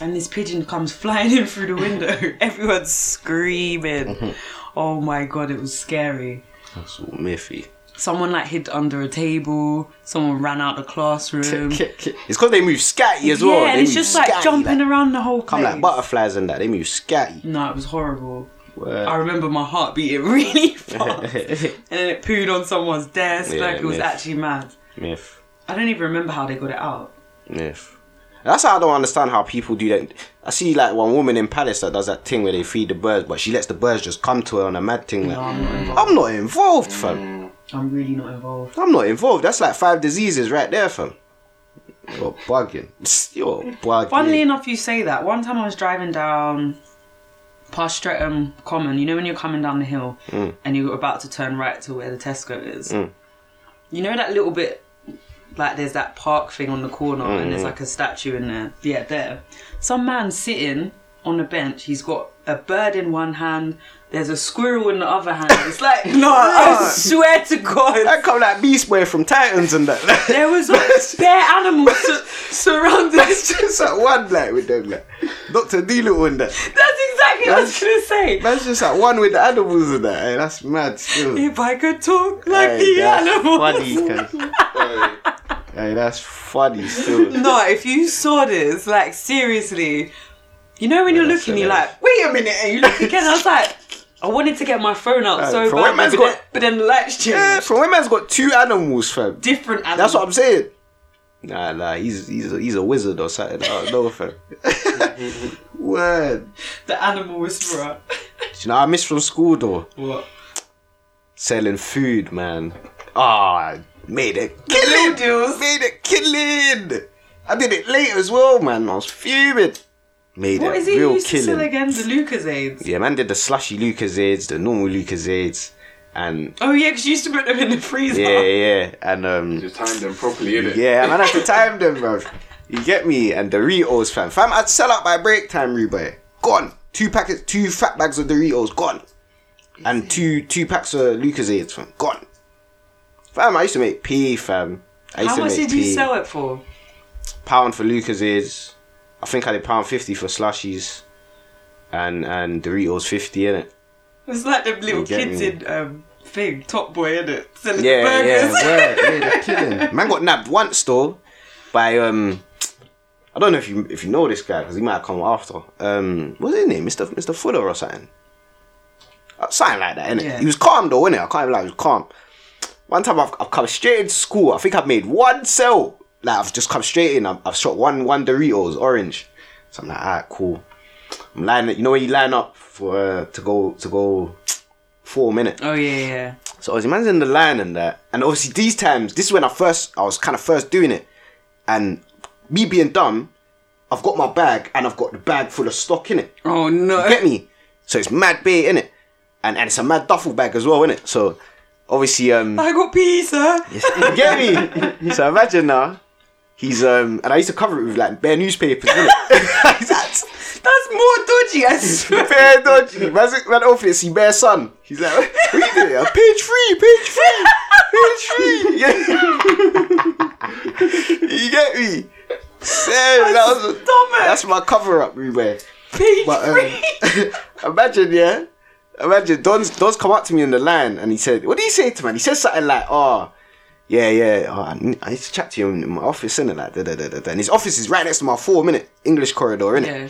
S2: And this pigeon comes <laughs> flying in through the window. <laughs> Everyone's screaming.
S1: Mm-hmm.
S2: oh my god, it was scary.
S1: That's all mythy.
S2: Someone like hid under a table, someone ran out the classroom.
S1: <laughs> it's because they move scatty as well.
S2: Um, yeah, and
S1: They
S2: it's
S1: move
S2: just like
S1: scatty,
S2: jumping around the whole
S1: Come
S2: place.
S1: like butterflies and that. They move scatty.
S2: no, it was horrible.
S1: Word.
S2: I remember my heart beating <laughs>
S1: <laughs>
S2: really fast. and then it pooed on someone's desk.
S1: Yeah,
S2: like it was
S1: myth.
S2: actually mad.
S1: Myth.
S2: I don't even remember how they got it out.
S1: Myth. That's how I don't understand how people do that. I see like one woman in Palace that does that thing where they feed the birds, but she lets the birds just come to her on a mad thing. Like,
S2: No, I'm not involved.
S1: I'm not involved, fam.
S2: I'm really not involved.
S1: I'm not involved. That's like five diseases right there, fam. You're bugging. <laughs> You're bugging.
S2: Funnily enough, you say that. One time I was driving down past Streatham Common, you know, when you're coming down the hill and you're about to turn right to where the Tesco is. You know that little bit, like there's that park thing on the corner and there's like a statue in there. Yeah, there. Some man sitting on a bench, he's got a bird in one hand. There's a squirrel in the other hand. It's like, <laughs> no, I swear to God.
S1: that come like Beast Boy from Titans and that.
S2: <laughs>
S1: <laughs>
S2: There was a bear animal <laughs> sur- surrounded.
S1: It's just at one like with them like Doctor Doolittle and that.
S2: That's exactly what I was gonna say.
S1: That's just at one with the animals and that. Hey, that's mad still.
S2: If I could talk like the
S1: that's
S2: animals.
S1: Funny, cuz.
S2: <laughs>
S1: hey, that's funny still.
S2: No, if you saw this, like seriously, you know when you're
S1: that's
S2: looking, you're
S1: hilarious.
S2: like, wait a minute, and you look again. I was like, I wanted to get my phone out
S1: Uh,
S2: so
S1: for what
S2: bad, but,
S1: man's
S2: then-
S1: got-
S2: but then the lights changed.
S1: Yeah, from when man's got two animals, fam.
S2: Different animals.
S1: That's what I'm saying. Nah, nah, he's he's a, he's a wizard or something. I don't know,
S2: <laughs>
S1: fam. Word.
S2: the
S1: <laughs>
S2: animal whisperer.
S1: Do you know what I miss from school though?
S2: what?
S1: Selling food, man. Ah, made it killing, dudes. Made it killing. I did it late as well, man. I was fuming. Made
S2: What
S1: it
S2: is he
S1: real
S2: used to
S1: killing.
S2: sell again? The Lucas aids.
S1: Yeah, man did the slushy Lucas aids, the normal Lucas aids, and
S2: Oh yeah, because you used to put them in the freezer.
S1: yeah, yeah, and um,
S3: Just timed them properly, innit?
S1: yeah, man had to time them, bro. You get me? And Doritos, fam, fam, I'd sell out by break time, Reba. Gone. Two packets, two fat bags of Doritos, gone, and two two packs of Lucas aids, fam, gone. Fam, I used to make P, fam. I used
S2: How
S1: to
S2: much
S1: make
S2: did
S1: P.
S2: you sell it for?
S1: Pound for Lucas is, I think I did pound fifty for slushies, and and Doritos fifty in it.
S2: It's like the little
S1: You get
S2: kids
S1: me.
S2: in um, thing, Top Boy, innit? Selling
S1: Yeah, yeah,
S2: burgers.
S1: word, yeah,
S2: <laughs>
S1: they're killing. Man got nabbed once though, by um, I don't know if you if you know this guy because he might have come after. Um, what's his name, Mister Mister Fuller or something, Uh, something like that. Innit?
S2: Yeah.
S1: He was calm though, innit? I can't even lie, he was calm. One time I've, I've come straight into school. I think I've made one sell. Like I've just come straight in. I've, I've shot one one Doritos orange. So I'm like, alright, cool. I'm lining. You know when you line up for uh, to go to go four minutes.
S2: Oh yeah, yeah.
S1: So I was imagining the line and that, and obviously these times, this is when I first, I was kind of first doing it, and me being dumb, I've got my bag and I've got the bag full of stock in it.
S2: Oh no. <laughs>
S1: Get me? So it's mad bait in it, and and it's a mad duffel bag as well in it. So obviously, um, <laughs>
S2: I got pizza.
S1: you get me? So imagine now, he's um, and I used to cover it with like bare newspapers. Innit? <laughs> That's-
S2: That's more dodgy, I
S1: <laughs>
S2: swear.
S1: Bear dodgy. Man, man open it, see Bear son. He's like, what are you doing? Uh, Page three, page three, page three. <laughs> Yeah. you get me? Damn, that was a-
S2: Stop it. <laughs>
S1: that's my cover up, Ruben.
S2: Page
S1: But <laughs>
S2: three.
S1: um, imagine, yeah. Imagine Don's Don's come up to me in the line and he said, "What do you say to man?" He said something like, "Oh, yeah, yeah, oh, I need I need to chat to you in my office, innit? Like, da, da, da, da, da. and his office is right next to my four-minute English corridor, innit?
S2: yeah.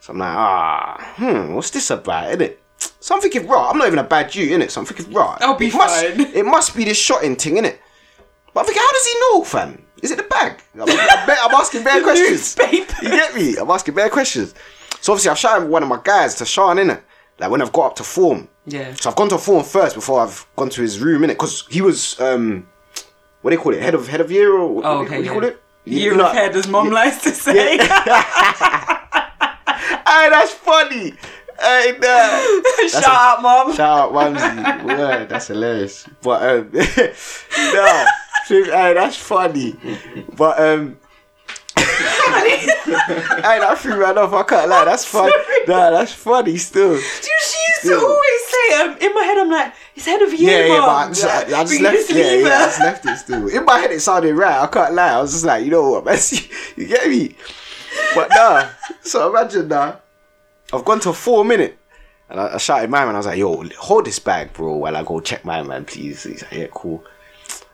S1: So I'm like, ah, hmm, what's this about, innit? So I'm thinking, rah, I'm not even a bad Jew, innit? So I'm thinking, rah.
S2: I'll be
S1: it must,
S2: fine.
S1: It must be this shotting thing, innit? But I'm thinking, how does he know, fam? Is it the bag? I'm, I'm, ba- I'm asking
S2: <laughs>
S1: bare questions.
S2: Newspaper.
S1: You get me? I'm asking bare questions. So obviously I've shouted with one of my guys to Sean, innit? Like when I've got up to form.
S2: Yeah.
S1: So I've gone to form first before I've gone to his room, innit? Because he was, um, what do you call it? Head of head of year or what,
S2: Oh,
S1: do you- what do
S2: okay,
S1: you
S2: yeah.
S1: call it?
S2: Year
S1: know-
S2: of head, as mom likes to say. <laughs>
S1: Hey, that's funny. Hey,
S2: <laughs>
S1: nah.
S2: Shout out, mom.
S1: Shout out Ramsey. Word, that's hilarious. But um <laughs> no. Hey, that's funny. But um
S2: <laughs>
S1: Hey, that threw me off. I can't lie. That's funny. Nah, that's funny still.
S2: Do you- She used to always say, um, in my head, I'm like, it's head of
S1: Yeah,
S2: year,
S1: yeah,
S2: mom.
S1: but I just, I, I
S2: We
S1: just left. Yeah,
S2: leave
S1: yeah, I
S2: her.
S1: just left it still. In my head, it sounded right. I can't lie. I was just like, you know what, man? <laughs> you get me? But nah. So imagine nah. I've gone to four minute, and I, I shouted my man. I was like, yo, hold this bag, bro, while I go check my man, please. He's like, yeah, cool.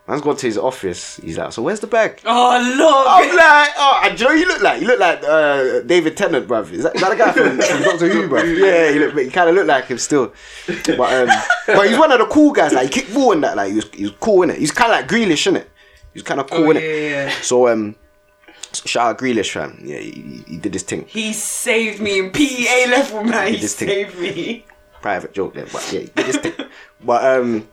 S1: Man's gone to his office. He's like, so where's the bag?
S2: <laughs> Oh,
S1: I'm
S2: Lord.
S1: like, oh, and do you know what you look like? You look like uh, David Tennant, bruv. Is that, is that the guy from, from Doctor Who,
S2: <laughs>
S1: bruv? Yeah, you, look, you kind of look like him still. But um, but he's one of the cool guys. Like, he kicked ball and that. Like, he was, he was cool, innit? He's kind of like Grealish, innit? He's kind of cool,
S2: Oh,
S1: innit?
S2: yeah, yeah.
S1: So, um, so shout out Grealish, fam. Yeah, he, he- he did this thing.
S2: He saved me in PEA
S1: <laughs>
S2: level, man. He
S1: This thing.
S2: saved me.
S1: Private joke there, but yeah, he did this thing. But, um,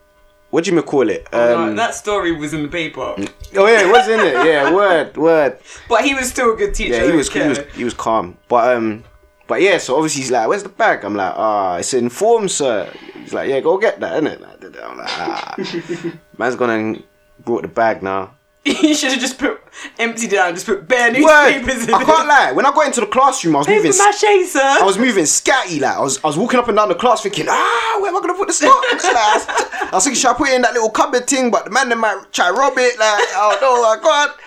S1: what do you call it?
S2: No,
S1: Um,
S2: that story was in the paper.
S1: oh, yeah, it was, in it? Yeah, word, word.
S2: But he was still a good teacher.
S1: Yeah, he was, he
S2: okay.
S1: was he was calm. But um but yeah, so obviously he's like, Where's the bag? I'm like, ah, it's in form, sir. He's like, Yeah, go get that, innit? Like, I'm like,
S2: <laughs>
S1: ah Man's gone and brought the bag now.
S2: you should have just put emptied it out and just put bare
S1: Word! I
S2: newspapers in it.
S1: can't lie, when I got into the classroom I was moving
S2: Paper mache, sir. <laughs>
S1: I was moving scatty, like I was, I was walking up and down the class thinking, ah, where am I gonna put the stock? <laughs> Like, I, was, I was thinking, should I put it in that little cupboard thing? But the man then might try to rob it, like, oh no, I can't.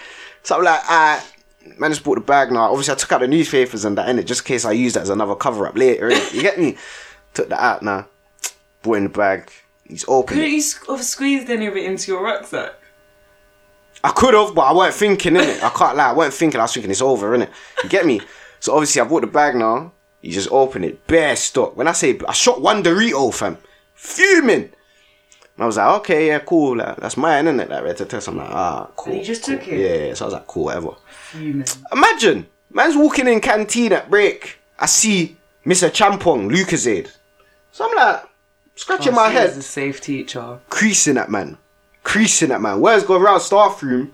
S1: So I'm like, ah, man just bought the bag now. Obviously, I took out the newspapers and that in it, just in case I use that as another cover up later. innit? You get me? <laughs> Took that out now, brought in the bag. He's open.
S2: Couldn't you sc- have squeezed any of it into your rucksack?
S1: I could have, but I weren't thinking, innit? I can't lie, I weren't thinking, I was thinking it's over, innit? You get me? So obviously I bought the bag now. You just open it, bare stock. When I say I shot one Dorito, fam, fuming. And I was like, okay, yeah, cool, like, that's mine, innit? Like, red to test. I'm like, ah, cool.
S2: you just
S1: cool.
S2: took it?
S1: Yeah, yeah, so I was like, cool, whatever.
S2: Fuming.
S1: Imagine, man's walking in canteen at break. I see Mr. Champong, Lucasade. So I'm like, scratching my head
S2: He was a safe teacher.
S1: creasing that man, creasing that man. Where's going around staff room?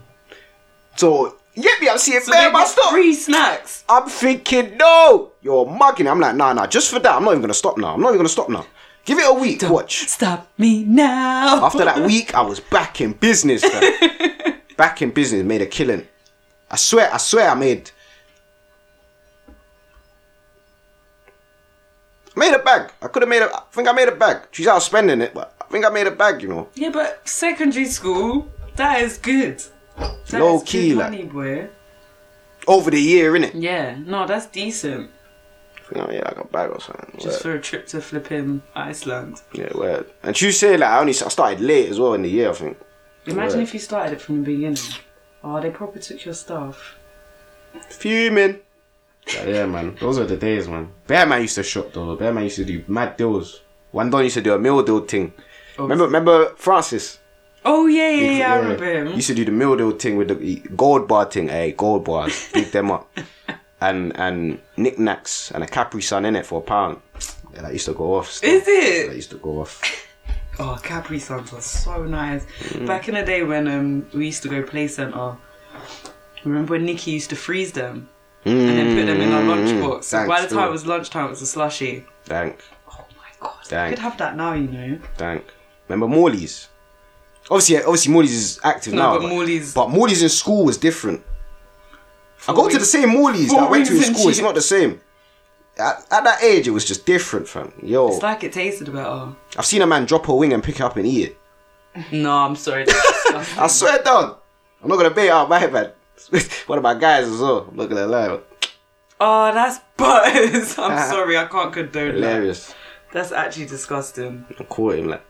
S1: So you get me, I'm seeing
S2: So
S1: bare
S2: they
S1: my
S2: got
S1: stuff.
S2: free snacks.
S1: I'm thinking, no, you're mugging. I'm like, nah, nah, just for that, I'm not even gonna stop now. I'm not even gonna stop now. Give it a week, watch.
S2: Stop me now.
S1: After that week, I was back in business. fam. back in business, made a killing. I swear, I swear, I made. Made a bag. I could have made a. I think I made a bag. She's out spending it, but I think I made a bag, you know.
S2: <laughs> Yeah, but secondary school, that is good. That
S1: Low
S2: is
S1: key,
S2: good
S1: like-
S2: money, boy.
S1: Over the year, innit?
S2: Yeah, no, that's decent.
S1: You know, Oh, yeah, I got a bag or something.
S2: Just
S1: Word.
S2: for a trip to flipping Iceland.
S1: Yeah, word. And you say like I only I started late as well in the year, I think.
S2: Imagine
S1: Word.
S2: if you started it from the beginning. Oh, they probably took your stuff.
S1: Fuming. Yeah, yeah, man. Those are the days, man. Bear man used to shop though. Bear man used to do mad deals. One don used to do a meal deal thing. Remember, remember Francis.
S2: Oh yeah, Oh. yeah, yeah, I
S1: Yeah.
S2: remember him.
S1: Used to do the meal deal thing with the gold bar thing. Hey, gold
S2: <laughs>
S1: bars, pick them up. And and knickknacks and a Capri Sun in it for a pound. Yeah, that used to go off. still.
S2: Is it?
S1: That used to go off.
S2: Oh, Capri Suns are so nice.
S1: Mm.
S2: Back in the day when um we used to go play center, remember when Nikki used to freeze them and then put them in our lunchbox? So
S1: Mm. Thanks,
S2: by the time
S1: yeah.
S2: it was lunchtime, it was a slushy.
S1: Dank,
S2: Oh my god, I
S1: Dang.
S2: could have that now, you know.
S1: dank. Remember Morley's? Obviously, obviously Morley's is active
S2: No,
S1: now.
S2: but Morley's-
S1: But Morley's in school was different. I go to the
S2: weeks-
S1: same Morley's
S2: four
S1: that I went to in
S2: weeks and
S1: school. It's
S2: she-
S1: not the same. At, at that age, it was just different, fam. Yo,
S2: It's like it tasted better.
S1: I've seen a man drop a wing and pick it up and eat it.
S2: No, I'm sorry. that's disgusting.
S1: I swear down. I'm not gonna bait out my man. <laughs> One of my guys as well. I'm not gonna lie.
S2: <laughs> oh, that's
S1: <laughs>
S2: butters. <laughs> I'm sorry, I can't condone that.
S1: Hilarious.
S2: That's actually disgusting.
S1: I caught him like.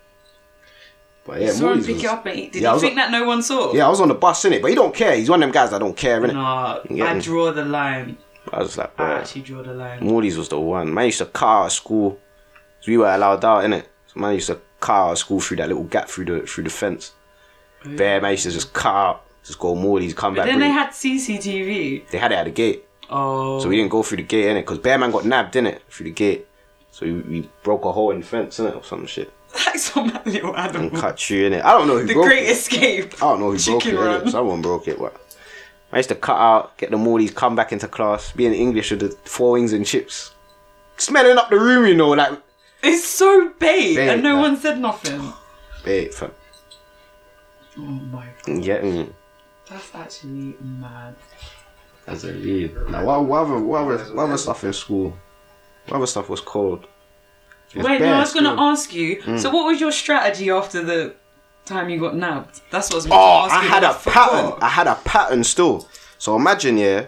S1: But yeah,
S2: You saw him
S1: Morley's
S2: pick
S1: was-
S2: it up and eat. Did
S1: Yeah, I
S2: you
S1: was on-
S2: think that no one saw?
S1: Yeah, I was on the bus in it, but he don't care. He's one of them guys that don't care, innit?
S2: Nah,
S1: Yeah.
S2: I draw the line.
S1: I was like,
S2: I
S1: bruh.
S2: actually draw the line.
S1: Morley's was the one. Man used to car out of school. So we were allowed out, innit? So man used to car out of school through that little gap through the through the fence. Bear man used to just car out, just go Morley's, come back.
S2: Then they
S1: bring it.
S2: had CCTV.
S1: they had it at the gate.
S2: Oh.
S1: So we didn't go through the gate, innit? Because Bear man got nabbed, innit? Through the gate. So we, we broke a hole in the fence, innit? Or some shit.
S2: <laughs> That's on that little
S1: And Oh.
S2: animal.
S1: cut through, innit? I don't know who
S2: Mm. The
S1: broke
S2: Great
S1: it. <laughs>
S2: Escape.
S1: I don't know who broke
S2: Chicken
S1: it, innit?
S2: Run.
S1: Someone broke it, but. I used to cut out, get the Morley's, come back into class, be in English with the four wings and chips. Smelling up the room, you know, like
S2: It's so bait,
S1: Bait,
S2: and no
S1: man.
S2: one said nothing.
S1: Hey, fam.
S2: Oh my god,
S1: Yeah, mm.
S2: that's actually mad.
S1: As a lead. Now, what, what, other, what, other, what other stuff in school? What other stuff was called? It was
S2: Wait, no,
S1: bare
S2: I was gonna
S1: school.
S2: ask you.
S1: Hmm.
S2: So, what was your strategy after the time you got nabbed? That's what I was gonna
S1: Oh,
S2: ask
S1: I
S2: you,
S1: had
S2: but
S1: a
S2: forgot.
S1: pattern. I had a pattern still. So imagine, yeah.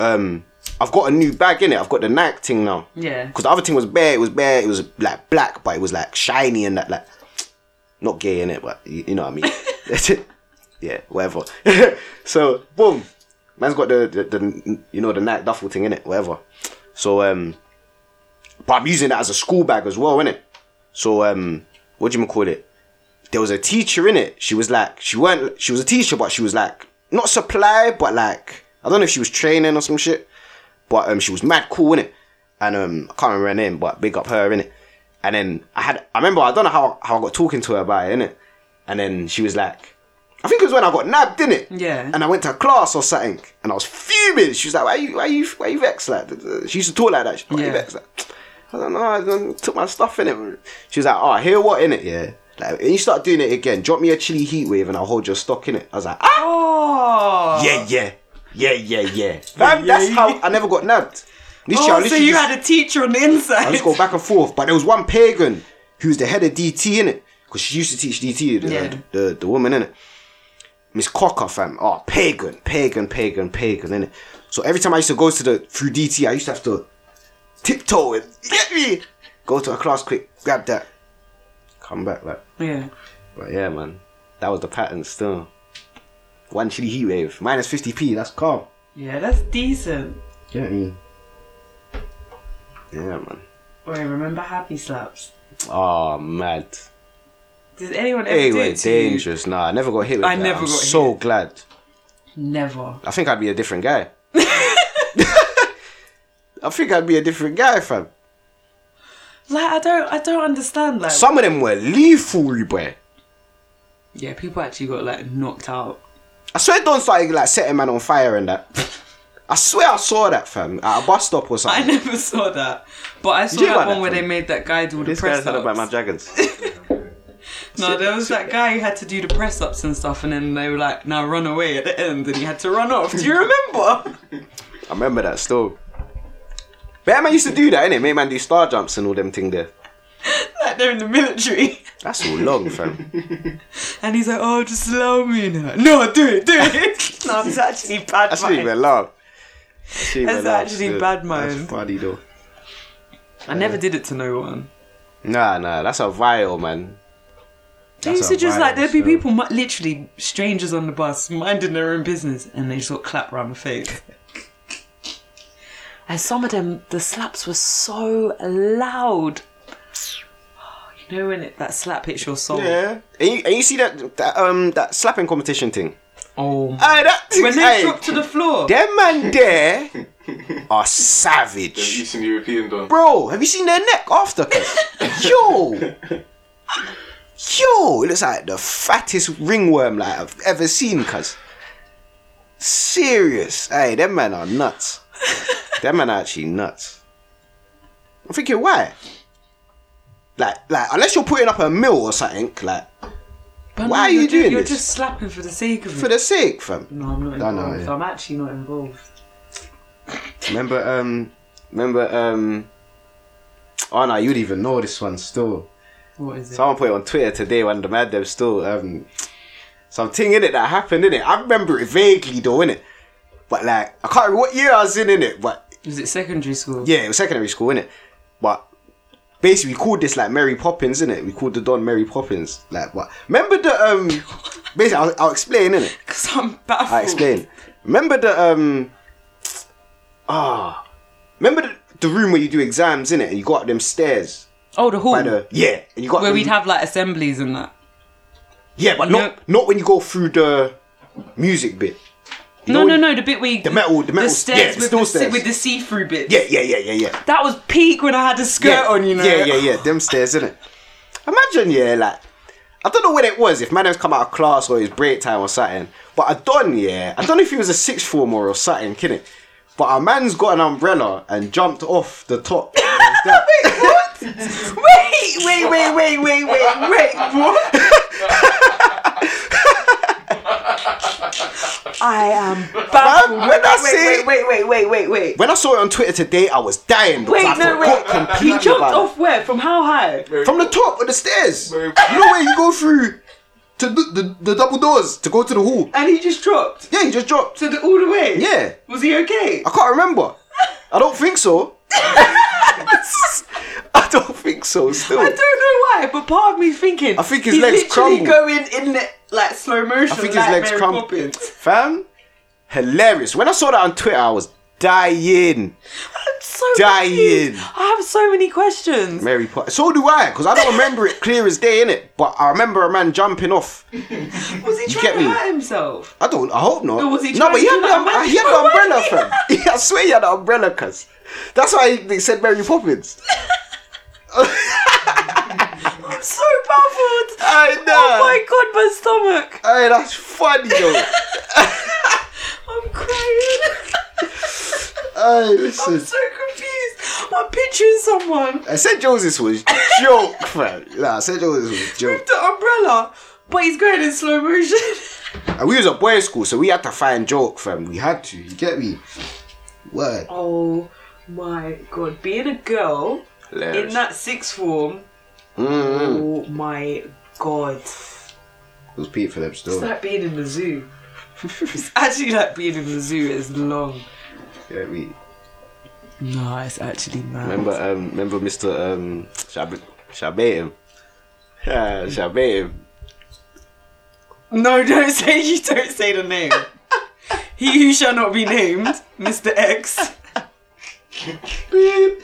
S1: Um, I've got a new bag in it. I've got the Nike thing now.
S2: Yeah.
S1: Because the other thing was bare. It was bare. It was like black, but it was like shiny and that like not gay in it, but you, you know what I
S2: <laughs>
S1: mean. That's it. Yeah, whatever. <laughs> so boom, man's got the, the the you know the Nike duffel thing in it, whatever. So um, but I'm using that as a school bag as well, innit? So um, what do you call it? There was a teacher in it. She was like, she weren't, she was a teacher, but she was like not supply, but like I don't know if she was training or some shit, but um, she was mad cool in it, and um, I can't remember her name, but big up her in it. And then I had, I remember, I don't know how how I got talking to her about it, innit? And then she was like, I think it was when I got nabbed, in it.
S2: Yeah.
S1: And I went to class or something, and I was fuming. She was like, "Why you, why you, why you vexed like?" that?" She used to talk like that. She was like, "Why you
S2: Yeah.
S1: vexed like? I don't know. I done took my stuff in it. She was like, "Oh, hear what in it? Yeah." Like, and you start doing it again. Drop me a chili heat wave, and I'll hold your stock in it. I was like, "Ah,
S2: Oh.
S1: yeah, yeah, yeah, yeah, yeah." Fam, that's how I never got nabbed. This year, I
S2: Oh, so
S1: literally
S2: you
S1: just-
S2: had a teacher on the
S1: I
S2: inside.
S1: just go back and forth. But there was one pagan who was the head of DT in it, because she used to teach DT, the,
S2: Yeah.
S1: the, the, woman in it. Miss Cocker, fam. Oh, pagan, pagan, pagan, pagan in it. So every time I used to go to the through DT, I used to have to tiptoe and get me. Go to a class quick, grab that, come back like.
S2: <laughs> Yeah.
S1: But yeah, man, that was the pattern still. One chili heat wave, minus fifty p. That's calm.
S2: Yeah, that's decent.
S1: Yeah, I mean. Yeah, man.
S2: Wait, remember Happy Slaps?
S1: Oh, mad.
S2: Did anyone ever
S1: They
S2: do
S1: were
S2: it to you?
S1: dangerous. Nah, I never got hit with
S2: I
S1: that.
S2: never
S1: I'm
S2: got
S1: so glad.
S2: Never.
S1: I think I'd be a different
S2: <laughs>
S1: guy. I think I'd be a different guy, fam.
S2: Like I don't, I don't understand. Like
S1: Some of them were lethal, you boy.
S2: Yeah, people actually got like knocked out. <laughs>
S1: I swear, don't start like setting man on fire and that. I swear, I saw that, fam, at a bus stop or
S2: I
S1: something.
S2: never saw that, but I saw
S1: you
S2: that
S1: like
S2: one
S1: that
S2: where they
S1: film?
S2: made that guy do all the press ups.
S1: dragons.
S2: no, there was that guy who had to do the press ups and stuff, and then they were like, "Now run away" at the end, and he had to run off. Do you
S1: <laughs>
S2: remember?
S1: I remember that still. Bear man used to do that, innit? Make man do star jumps and all them thing there.
S2: like like they're in the military.
S1: That's all long,
S2: <laughs>
S1: fam.
S2: And he's like, oh, just allow me now. No, do it, do it. <laughs> no, it's actually bad.
S1: That's not
S2: mode.
S1: even long. That's, not even
S2: That's
S1: long.
S2: actually
S1: Good.
S2: bad mode.
S1: That's funny though.
S2: I never did it to no one.
S1: Nah, nah, that's a vile man.
S2: They
S1: That's
S2: used to
S1: a
S2: just like, there'd be
S1: violence,
S2: people, mu- literally strangers on the bus, minding their own business, and they just sort of clap round my face. <laughs> and some of them, the slaps were so loud. <sighs> You know when it, that slap hits your soul?
S1: Yeah. And you, and you see that, that um that slapping competition thing.
S2: Oh, my-
S1: Aye, that
S2: when they
S1: aye,
S2: drop to the floor.
S1: them man there are
S3: They're
S1: savage.
S3: Eastern European done.
S1: Bro, have you seen their neck after? <laughs> Yo! Yo! It looks like the fattest ringworm like I've ever seen, cuz. Serious. Hey, them man are nuts. them man are actually nuts. I'm thinking, why? Like, like, unless you're putting up a mill or something, like,
S2: But
S1: Why are
S2: you're
S1: you
S2: ju-
S1: doing
S2: You're
S1: this?
S2: just slapping for the sake of
S1: for
S2: it.
S1: the sake, fam.
S2: No, I'm not
S1: Don't know,
S2: involved.
S1: yeah.
S2: I'm actually not involved.
S1: Remember, um, remember, um, oh no, you'd even know this one still.
S2: What is it?
S1: Someone put it on Twitter today when the mad them still, um, something in it that happened in it. I remember it vaguely though, innit? But like, I can't remember what year I was in, innit? But
S2: Was it secondary school? <laughs>
S1: yeah, it was secondary school, innit? But basically, we called this like Mary Poppins, innit? We called the Don Mary Poppins. Like, what? Remember the, um, basically, I'll, I'll explain, innit?
S2: Because I'm baffled.
S1: I Ah, explain. Remember the um ah, remember the, the room where you do exams in it, and you go up them stairs
S2: Oh, the hall.
S1: by the yeah, and you got
S2: where we'd have like assemblies and that.
S1: yeah, but
S2: No.
S1: not not when you go through the music bit. You
S2: No,
S1: know
S2: no,
S1: when-
S2: no. The bit where you, the
S1: metal- the metal-
S2: stairs,
S1: yeah, the
S2: with,
S1: steel
S2: the,
S1: stairs.
S2: with the see-through bits.
S1: Yeah, yeah, yeah, yeah, yeah.
S2: that was peak when I had a skirt
S1: yeah.
S2: on. You know.
S1: Yeah, yeah, yeah. Them stairs in it. Imagine yeah, like. I don't know when it was, if Manham's come out of class or his break time or something. But I done, yeah. I don't know if he was a sixth former or something, kidding. But our man's got an umbrella and jumped off the
S2: <coughs>
S1: top.
S2: Wait, wait, wait,
S1: <laughs>
S2: wait, wait, wait, wait. What? I am baffled.
S1: when I see-
S2: wait, wait, wait, wait, wait, wait.
S1: When I saw it on Twitter today, I was dying. because I
S2: Wait, no,
S1: forgot
S2: wait.
S1: completely
S2: He jumped
S1: about it.
S2: off where? From how high?
S1: from the top of the stairs. You
S3: Very-
S1: know where you go through to the, the, the double doors to go to the hall.
S2: And he just dropped.
S1: Yeah, he just dropped.
S2: So the, all the way.
S1: Yeah,
S2: Was he okay?
S1: I can't remember. I don't think so. <laughs> I don't think so. Still,
S2: I don't know why, but part of me thinking.
S1: I think his
S2: he's
S1: legs
S2: literally
S1: crumbled.
S2: going in the, like slow motion.
S1: I think his
S2: like
S1: legs
S2: Mary
S1: crumbled. <laughs>
S2: Poppins.
S1: Fam, hilarious. When I saw that on Twitter, I was dying.
S2: So
S1: Dying.
S2: confused. I have so many questions.
S1: Mary Potter. So do I, because I don't remember it clear as day in it. But I remember a man jumping off.
S2: Was he
S1: get
S2: trying to
S1: me?
S2: hurt himself?
S1: I don't. I hope not.
S2: No, was he
S1: no, but he
S2: trying
S1: had,
S2: to
S1: the,
S2: do that
S1: um, he had the
S2: magic? <laughs>
S1: umbrella,
S2: Why?
S1: fam. <laughs> Yeah, I swear he had the umbrella, cuz. That's why they said Mary
S2: <laughs>
S1: Poppins.
S2: Oh I'm so baffled.
S1: I know.
S2: Oh my god, my stomach.
S1: Hey, that's funny, though.
S2: I'm crying. <laughs>
S1: hey,
S2: I'm
S1: listen.
S2: so confused. I'm picturing someone
S1: I said Joseph was joke, <laughs> fam. Nah, I said Joseph was joke.
S2: with the umbrella, but he's going in slow motion. <laughs>
S1: And we was a boys' school, so we had to find joke, fam. We had to. You get me? Word.
S2: Oh my god, being a girl in
S1: Hilarious.
S2: that sixth form.
S1: Mm, mm.
S2: Oh my god.
S1: It was Pete for them
S2: It's
S1: still.
S2: like being in the zoo. <laughs> it's actually like being in the zoo. It's long.
S1: You get me?
S2: No, it's actually mad.
S1: Remember, um, remember, Mister, um, shall I, be- shall I bait him? <laughs> Yeah, shall I bait him?
S2: No, don't say you don't say the name. <laughs> he who shall not be named, Mr. X. <laughs> Beep. Beep.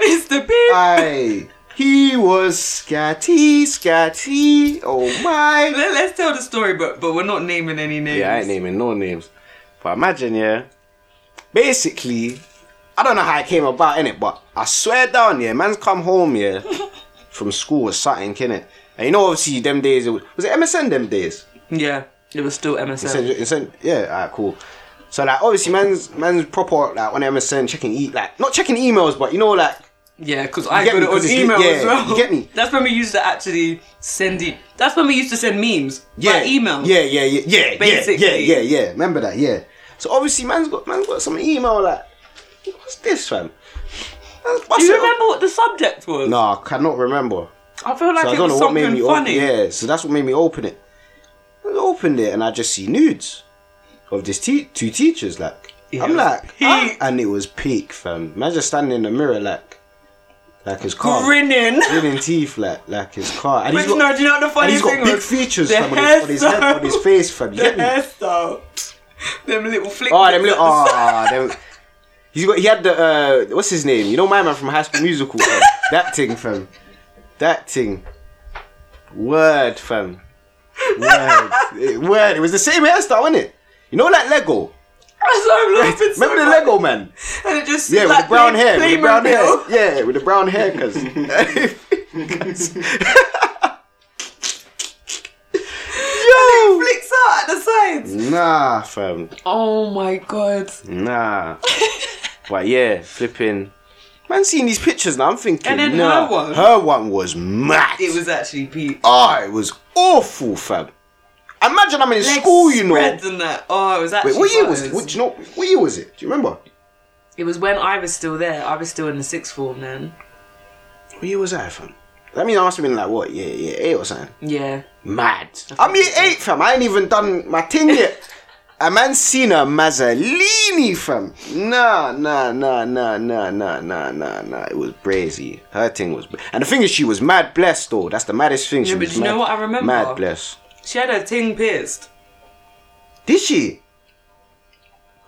S2: Mr. Beep.
S1: I. He was scatty, scatty. Oh my.
S2: Let, us tell the story, but but we're not naming any names.
S1: Yeah, I ain't naming no names. But imagine, yeah. Basically, I don't know how it came about, innit? But I swear down, yeah, man's come home, yeah, from school or something, innit? And you know, obviously, them days, it was, was it MSN them days?
S2: Yeah, it was still
S1: Send-
S2: MSL.
S1: you send- yeah, alright, cool. So, like, obviously, man's man's proper, like, on MSN, checking, e- like, not checking emails, but you know, like,
S2: Yeah, because I
S1: get
S2: got
S1: me,
S2: it on
S1: 'cause it's-
S2: email
S1: yeah,
S2: as well.
S1: you get me.
S2: That's when we used to actually send it. That's when we used to send memes
S1: yeah,
S2: by email.
S1: Yeah, yeah, yeah, yeah,
S2: Basically.
S1: yeah, yeah, yeah, yeah. Remember that, yeah. So obviously, man's got man's got some email like, what's this, fam?
S2: Do you remember what the subject was?
S1: No, I cannot remember.
S2: I feel like
S1: So I
S2: it
S1: don't
S2: was
S1: know what made me
S2: something
S1: open.
S2: funny.
S1: Yeah, so that's what made me open it. I opened it and I just see nudes of this te- two teachers. Like
S2: Yeah, it
S1: I'm
S2: was
S1: like,
S2: peak.
S1: "Huh?" and it was peak, fam. Man, just standing in the mirror like, like his car,
S2: Grinning.
S1: grinning teeth, like like his car, and
S2: Which,
S1: he's got,
S2: no, do you know what the
S1: and
S2: funny
S1: he's
S2: thing
S1: got big
S2: was?
S1: features
S2: The
S1: fam, on, his, on his head,
S2: hairstyle.
S1: on his face, fam. You
S2: The
S1: get me?
S2: hairstyle. them little flick.
S1: Oh, them little.
S2: <laughs>
S1: Oh, them. He's got. He had the. Uh, what's his name? You know my man from High School Musical. Fam. that thing, fam. That thing. Word, fam. Word. Eh, Word. It was the same hairstyle, wasn't it? You know, like Lego.
S2: I'm laughing so
S1: Remember the
S2: much.
S1: Lego man?
S2: And it just
S1: Yeah, with
S2: like
S1: the brown
S2: play-
S1: hair. With the brown hair. <laughs>
S2: Playmobil.
S1: Yeah, with the brown hair, cause.
S2: <laughs>
S1: <laughs>
S2: It flicks out at the sides.
S1: nah, fam.
S2: Oh my god.
S1: Nah. but yeah, flipping. Man, seeing these pictures now, I'm thinking.
S2: And then her
S1: nah.
S2: one.
S1: Her one was mad.
S2: It was actually peak.
S1: Oh, it was awful, fam. Imagine I'm in
S2: Legs
S1: school, you know.
S2: spreads and that. Oh, it was actually.
S1: Wait, what year was
S2: butters.
S1: it? What, do you know, what year was it? Do you remember?
S2: It was when I was still there. I was still in the sixth form then.
S1: What year was that, fam? I mean, I must have been like, what, yeah, yeah, eight or something.
S2: Yeah.
S1: Mad. I'm year eight, fam. I ain't even done my thing yet. A man seen a Mazzolini, fam. Nah, nah, nah, nah, nah, nah, nah, nah, nah. It was brazy. Her thing was. Bra- and the thing is, she was mad blessed, though. That's the maddest thing. she
S2: Yeah, but
S1: was
S2: you know
S1: mad-
S2: what I remember?
S1: Mad blessed.
S2: She had her ting pierced.
S1: Did she?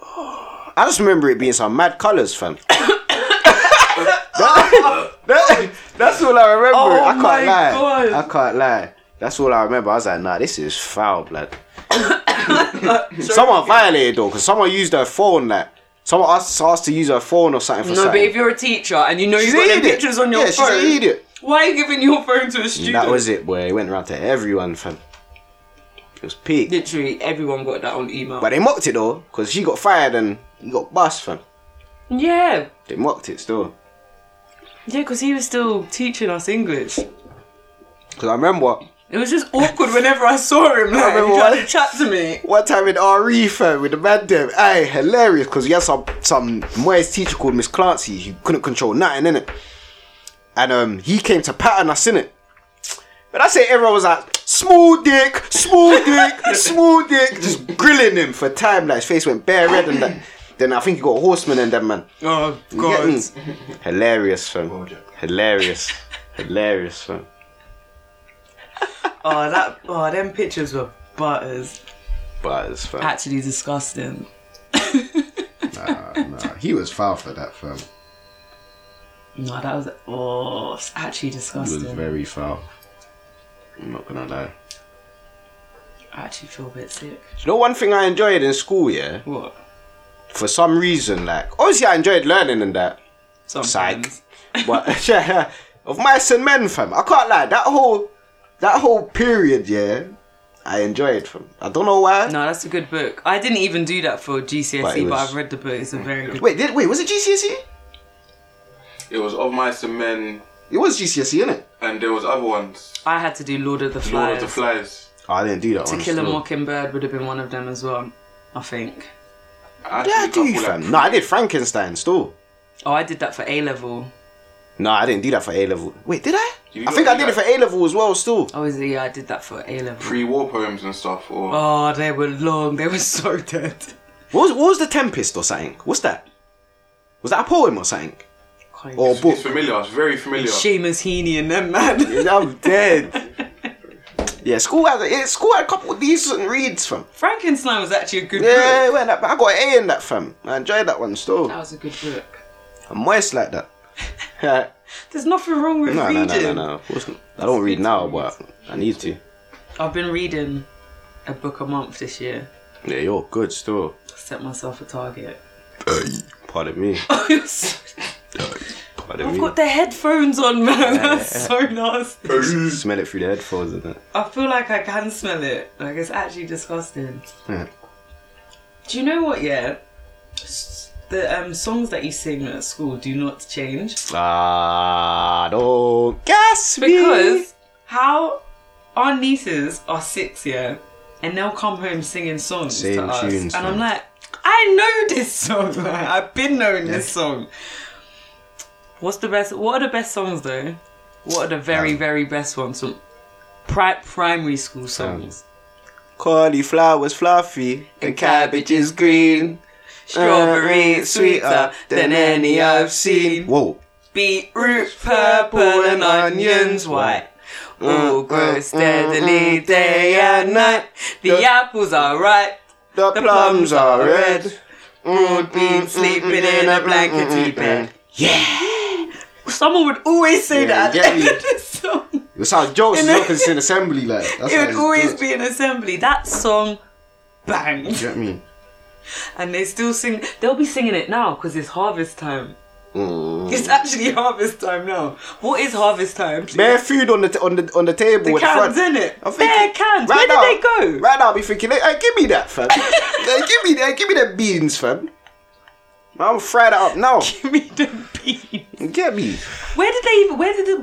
S1: I just remember it being some mad colours, fam. <coughs> That- that- that's all I remember.
S2: Oh
S1: I can't
S2: my
S1: lie.
S2: God.
S1: I can't lie. That's all I remember. I was like, nah, this is foul,
S2: <coughs>
S1: blood. someone violated though, because someone used her phone. Like, someone asked us to use her phone or something for
S2: No, but
S1: something.
S2: if you're a teacher and you know
S1: She's
S2: you've got
S1: an
S2: their
S1: idiot.
S2: pictures on your
S1: yeah,
S2: phone,
S1: she's an idiot.
S2: why are you giving your phone to a student?
S1: That was it, boy. It went around to everyone, fam. It was peak.
S2: literally everyone got that on email.
S1: But they mocked it though, because she got fired and he got bust, fam.
S2: yeah,
S1: They mocked it still.
S2: yeah, because he was still teaching us English.
S1: Because I remember
S2: It was just awkward whenever I saw him. Like,
S1: remember
S2: he tried to
S1: one-
S2: chat to me.
S1: one time in RE fam with the man them, aye, hilarious because we had some some Moyes teacher called Miss Clancy who couldn't control nothing in it, and um he came to pattern us in it. But I say everyone was like small dick, small dick, small dick, just grilling him for time. Like his face went bare red and that. Then I think he got horseman and that man.
S2: Oh
S1: You get
S2: God!
S1: me? Hilarious fam.
S3: Bojack.
S1: Hilarious, hilarious fam.
S2: Oh that. Oh, them pictures were butters.
S1: Buzz fam.
S2: Actually disgusting.
S4: Nah, he was foul for that film.
S2: No, that was. Oh, it's actually
S4: He was
S2: disgusting.
S4: very foul. I'm not gonna lie.
S2: I actually feel a bit sick.
S1: You know one thing I enjoyed in school, yeah.
S2: What?
S1: for some reason, like obviously I enjoyed learning and that,
S2: Sometimes.
S1: but <laughs> yeah, of mice and men, fam. I can't lie. That whole that whole period, yeah, I enjoyed, fam. I don't know why.
S2: No, that's a good book. I didn't even do that for GCSE,
S1: But
S2: E, but,
S1: it was-
S2: I've read the book. It's a very good.
S1: Wait, did wait was it GCSE?
S3: It was Of Mice and Men,
S1: It was GCSE, E, innit?
S3: and there was other ones.
S2: I had to do Lord of the Flies.
S3: Lord of the Flies.
S1: Oh, I didn't do that
S2: To
S1: one.
S2: Kill a
S1: still.
S2: Mockingbird would have been one of them as well. I think.
S3: I
S1: Did I
S3: actually
S1: do,
S3: couple, like,
S1: fam? No, I did Frankenstein still.
S2: Oh, I did that for A level.
S1: No, I didn't do that for A level. Wait, did I?
S3: You
S1: I
S3: got-
S1: think I
S3: you
S1: did it for
S3: got-
S1: A level as well. Still,
S2: Oh, is it- yeah, I did that for A level.
S3: pre-war poems and stuff, or
S2: Oh, they were long. They were <laughs> so dead.
S1: what was what was the Tempest or something? What's that? Was that a poem or something
S2: Can't
S1: or a
S2: even-
S1: book? <laughs>
S3: it's familiar. It's very familiar.
S2: Seamus Heaney and them man.
S1: I'm dead. Yeah, school had yeah, school had a couple of decent reads, fam.
S2: <laughs> Frankenstein was actually a good
S1: Yeah,
S2: book.
S1: well, that, I got an A in that, fam. I enjoyed that one still.
S2: That was a good book.
S1: I'm moist like
S2: <laughs>
S1: that. no,
S2: There's nothing wrong with
S1: no, no,
S2: reading.
S1: no, no. Of course not. I don't read now, but I need to.
S2: I've been reading a book a month this year.
S1: Yeah, you're good still.
S2: Set myself a target. <laughs>
S1: Pardon me.
S2: Oh, you're so
S1: Pardon
S2: I've
S1: me.
S2: got the headphones on, man. <laughs> That's so nasty.
S1: Smell it through the headphones and that.
S2: I feel like I can smell it. Like it's actually disgusting.
S1: Yeah.
S2: Do you know what? Yeah, S- the um, songs that you sing at school do not change
S1: Ah, don't gas me.
S2: because how our nieces are six, yeah, and they'll come home singing songs
S1: Same
S2: to
S1: tunes,
S2: us, and
S1: man.
S2: I'm <laughs> like, I know this song. Like, I've been knowing this song. What's the best? What are the best songs though? What are the
S1: Um,
S2: very very best ones from pri- primary school songs?
S1: Cauliflower's fluffy and cabbage is green. Uh,
S2: Strawberry is sweeter than any I've seen.
S1: Whoa.
S2: Beetroot purple and onions white. All grow steadily day and night. The apples are ripe.
S1: The plums are red.
S2: Broad bean sleeping in a blankety bed. Yeah. Someone would always say
S1: Yeah,
S2: that
S1: you get
S2: at the end <laughs>
S1: me.
S2: of the song.
S4: That's how Joe
S2: And
S4: is
S2: then-
S4: looking to an assembly
S2: <laughs>
S4: like. That's
S2: It
S4: how
S2: would
S4: he's
S2: always
S4: built.
S2: be an assembly. That song banged.
S4: Do you know what I mean?
S2: and they still sing. They'll be singing it now because it's harvest time.
S1: Mm.
S2: It's actually harvest time now. What is harvest time? please?
S1: Bare food on the t- on the on the table.
S2: the
S1: at the
S2: cans,
S1: front.
S2: in it.
S1: I'm thinking-
S2: Bare cans.
S1: Right
S2: Where
S1: now-
S2: did they go?
S1: Right now, I'll be thinking, hey, give me that, fam. hey, give me that. Give me the beans, fam. I'm fry that up now.
S2: <laughs> Give me the beans.
S1: Get me.
S2: Where did they even? Where did the?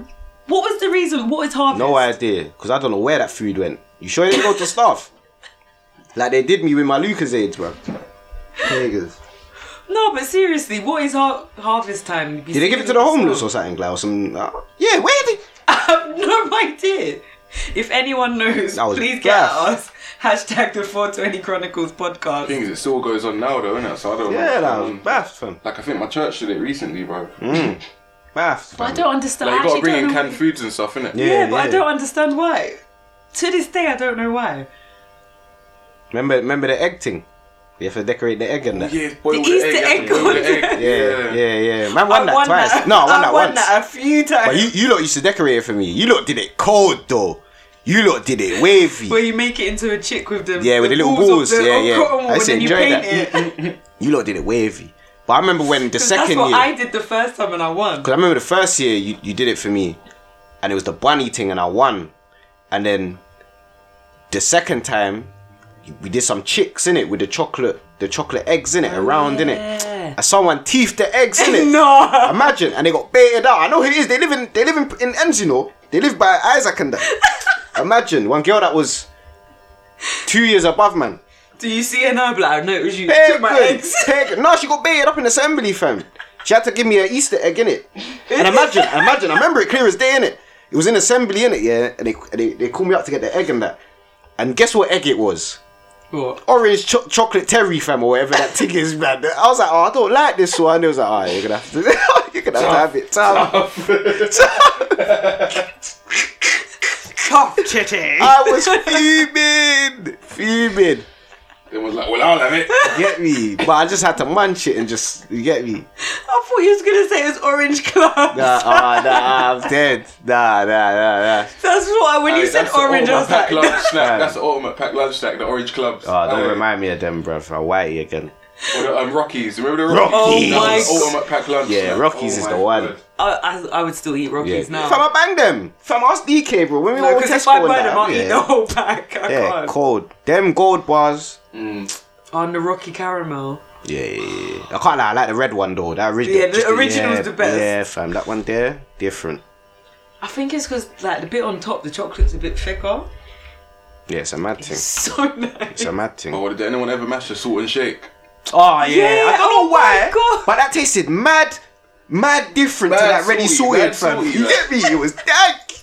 S2: What was the reason? What is harvest?
S1: No idea, because I don't know where that food went. You sure it didn't go to staff? Like they did me with my Lucasades,
S2: <laughs>
S1: bro.
S4: Niggas.
S2: No, but seriously, what is har- harvest time?
S1: Did they give it to the homeless or something, like, or some? Uh, yeah, where did?
S2: <laughs> I have no idea. If anyone knows,
S1: That was
S2: please get at
S1: gaff.
S2: us. Hashtag the 420 Chronicles podcast.
S3: Things it still goes on now though, innit? So I don't
S1: Yeah,
S3: know.
S1: that was Mm.
S3: Um,
S1: bath, fam.
S3: Like I think my church did it recently, bro.
S1: Bath.
S2: But I
S1: fam.
S2: don't understand.
S3: Like you
S2: I actually
S3: gotta bring
S2: don't
S3: in
S2: know
S3: canned foods and stuff, innit?
S2: Yeah, but I
S1: yeah.
S2: don't understand why. To this day, I don't know why.
S1: Remember, remember the egg thing. You have to decorate the egg and that.
S3: Yeah, boil
S2: The
S3: the
S2: Easter
S3: egg,
S2: egg
S3: boil the
S2: one.
S3: egg.
S1: Yeah, yeah, yeah. Man won
S2: I
S1: that
S2: won
S1: twice.
S2: that.
S1: No, I won that
S2: won
S1: once.
S2: that a few times.
S1: But you, you lot used to decorate it for me. You lot did it cold though. You lot did it wavy.
S2: where you make it into a chick with the
S1: Yeah, with the little balls.
S2: of the,
S1: Yeah,
S2: of
S1: yeah.
S2: cotton wool
S1: I
S2: and
S1: used to
S2: then you
S1: enjoy <laughs>
S2: paint
S1: that.
S2: it.
S1: You lot did it wavy. But I remember when the
S2: <laughs> 'Cause
S1: second
S2: that's what
S1: year.
S2: I did the first time and I won.
S1: Because I remember the first year you, you did it for me, and it was the bunny thing, and I won. And then the second time, you- we did some chicks in it with the chocolate, the chocolate eggs in it, around in it.
S2: Oh, Yeah.
S1: And someone teethed the
S2: <laughs>
S1: eggs in it.
S2: no.
S1: Imagine, and they got baited out. I know who it is. They live in they live in, in Ems, you know. They live by Isaac
S2: <laughs>
S1: and that. Imagine one girl that was two years above, man.
S2: Do you see her now? But I know it was you.
S1: Pear
S2: Took my
S1: good,
S2: eggs. <laughs>
S1: pear good. No, she got baited up in assembly, fam. She had to give me an Easter egg in it. And imagine, imagine, I remember it clear as day in it. It was in assembly in it, yeah. And they, they they called me up to get the egg and that. And guess what egg it was?
S2: What?
S1: Orange cho- chocolate terry, fam, or whatever that thing is, man. I was like, oh, I don't like this one. They was like, oh, you're gonna have to, <laughs> you're gonna have to have it. Tough.
S2: Cough
S1: <laughs>
S2: chitty.
S1: I was fuming, fuming.
S3: Then was like, well,
S2: <laughs>
S3: I'll have it.
S1: You Get me? But I just had to munch it and just you get me.
S2: I thought you was gonna say it was orange club.
S1: Nah, ah, nah, I'm dead. Nah, nah, nah, nah.
S2: <laughs> That's what I, when you
S3: Hey,
S2: said
S3: that's the
S2: orange, I
S3: ultimate
S2: was
S3: packed
S2: like,
S3: lunch
S1: <laughs>
S3: snack.
S1: Aye.
S3: That's the ultimate packed lunch snack. The orange clubs.
S1: Oh, don't
S3: Aye.
S1: remind me of them, bruv. I'll white again.
S3: Or the um, Rockies. Remember the Rockies?
S1: Rockies.
S2: Oh
S3: That was
S2: my
S3: the ultimate packed lunch.
S1: Yeah,
S3: snack. Oh
S1: Rockies is
S3: my
S1: the one.
S3: word.
S2: <laughs> I, I, I would still eat
S1: Yeah.
S2: Rockies now.
S1: Fam, I bang them. Fam, ask DK, bro. When we
S2: No,
S1: went to
S2: because if
S1: Tesco
S2: I
S1: and
S2: buy
S1: that,
S2: them, I'll eat the
S1: yeah.
S2: whole pack. I
S1: yeah,
S2: can't.
S1: cold. Them gold bars.
S2: On the Rocky Caramel.
S1: Yeah, yeah, yeah. I can't lie. I like the red one though. That original.
S2: Yeah, the
S1: just
S2: original's
S1: yeah,
S2: the best.
S1: Yeah, fam. That one there, different.
S2: I think it's because like the bit on top, the chocolate's a bit thicker.
S1: Yeah, it's a mad thing.
S2: So nice.
S1: It's a mad thing. Oh
S3: Oh, did anyone ever mash the salt and shake?
S1: yeah,
S2: Yeah,
S1: I don't
S2: oh
S1: know why,
S2: my God.
S1: but that tasted mad, mad different to
S3: Mad
S1: that ready
S3: salty,
S1: sorted,
S3: mad
S1: fam.
S3: salty,
S1: You
S3: yeah.
S1: get me? It was dank.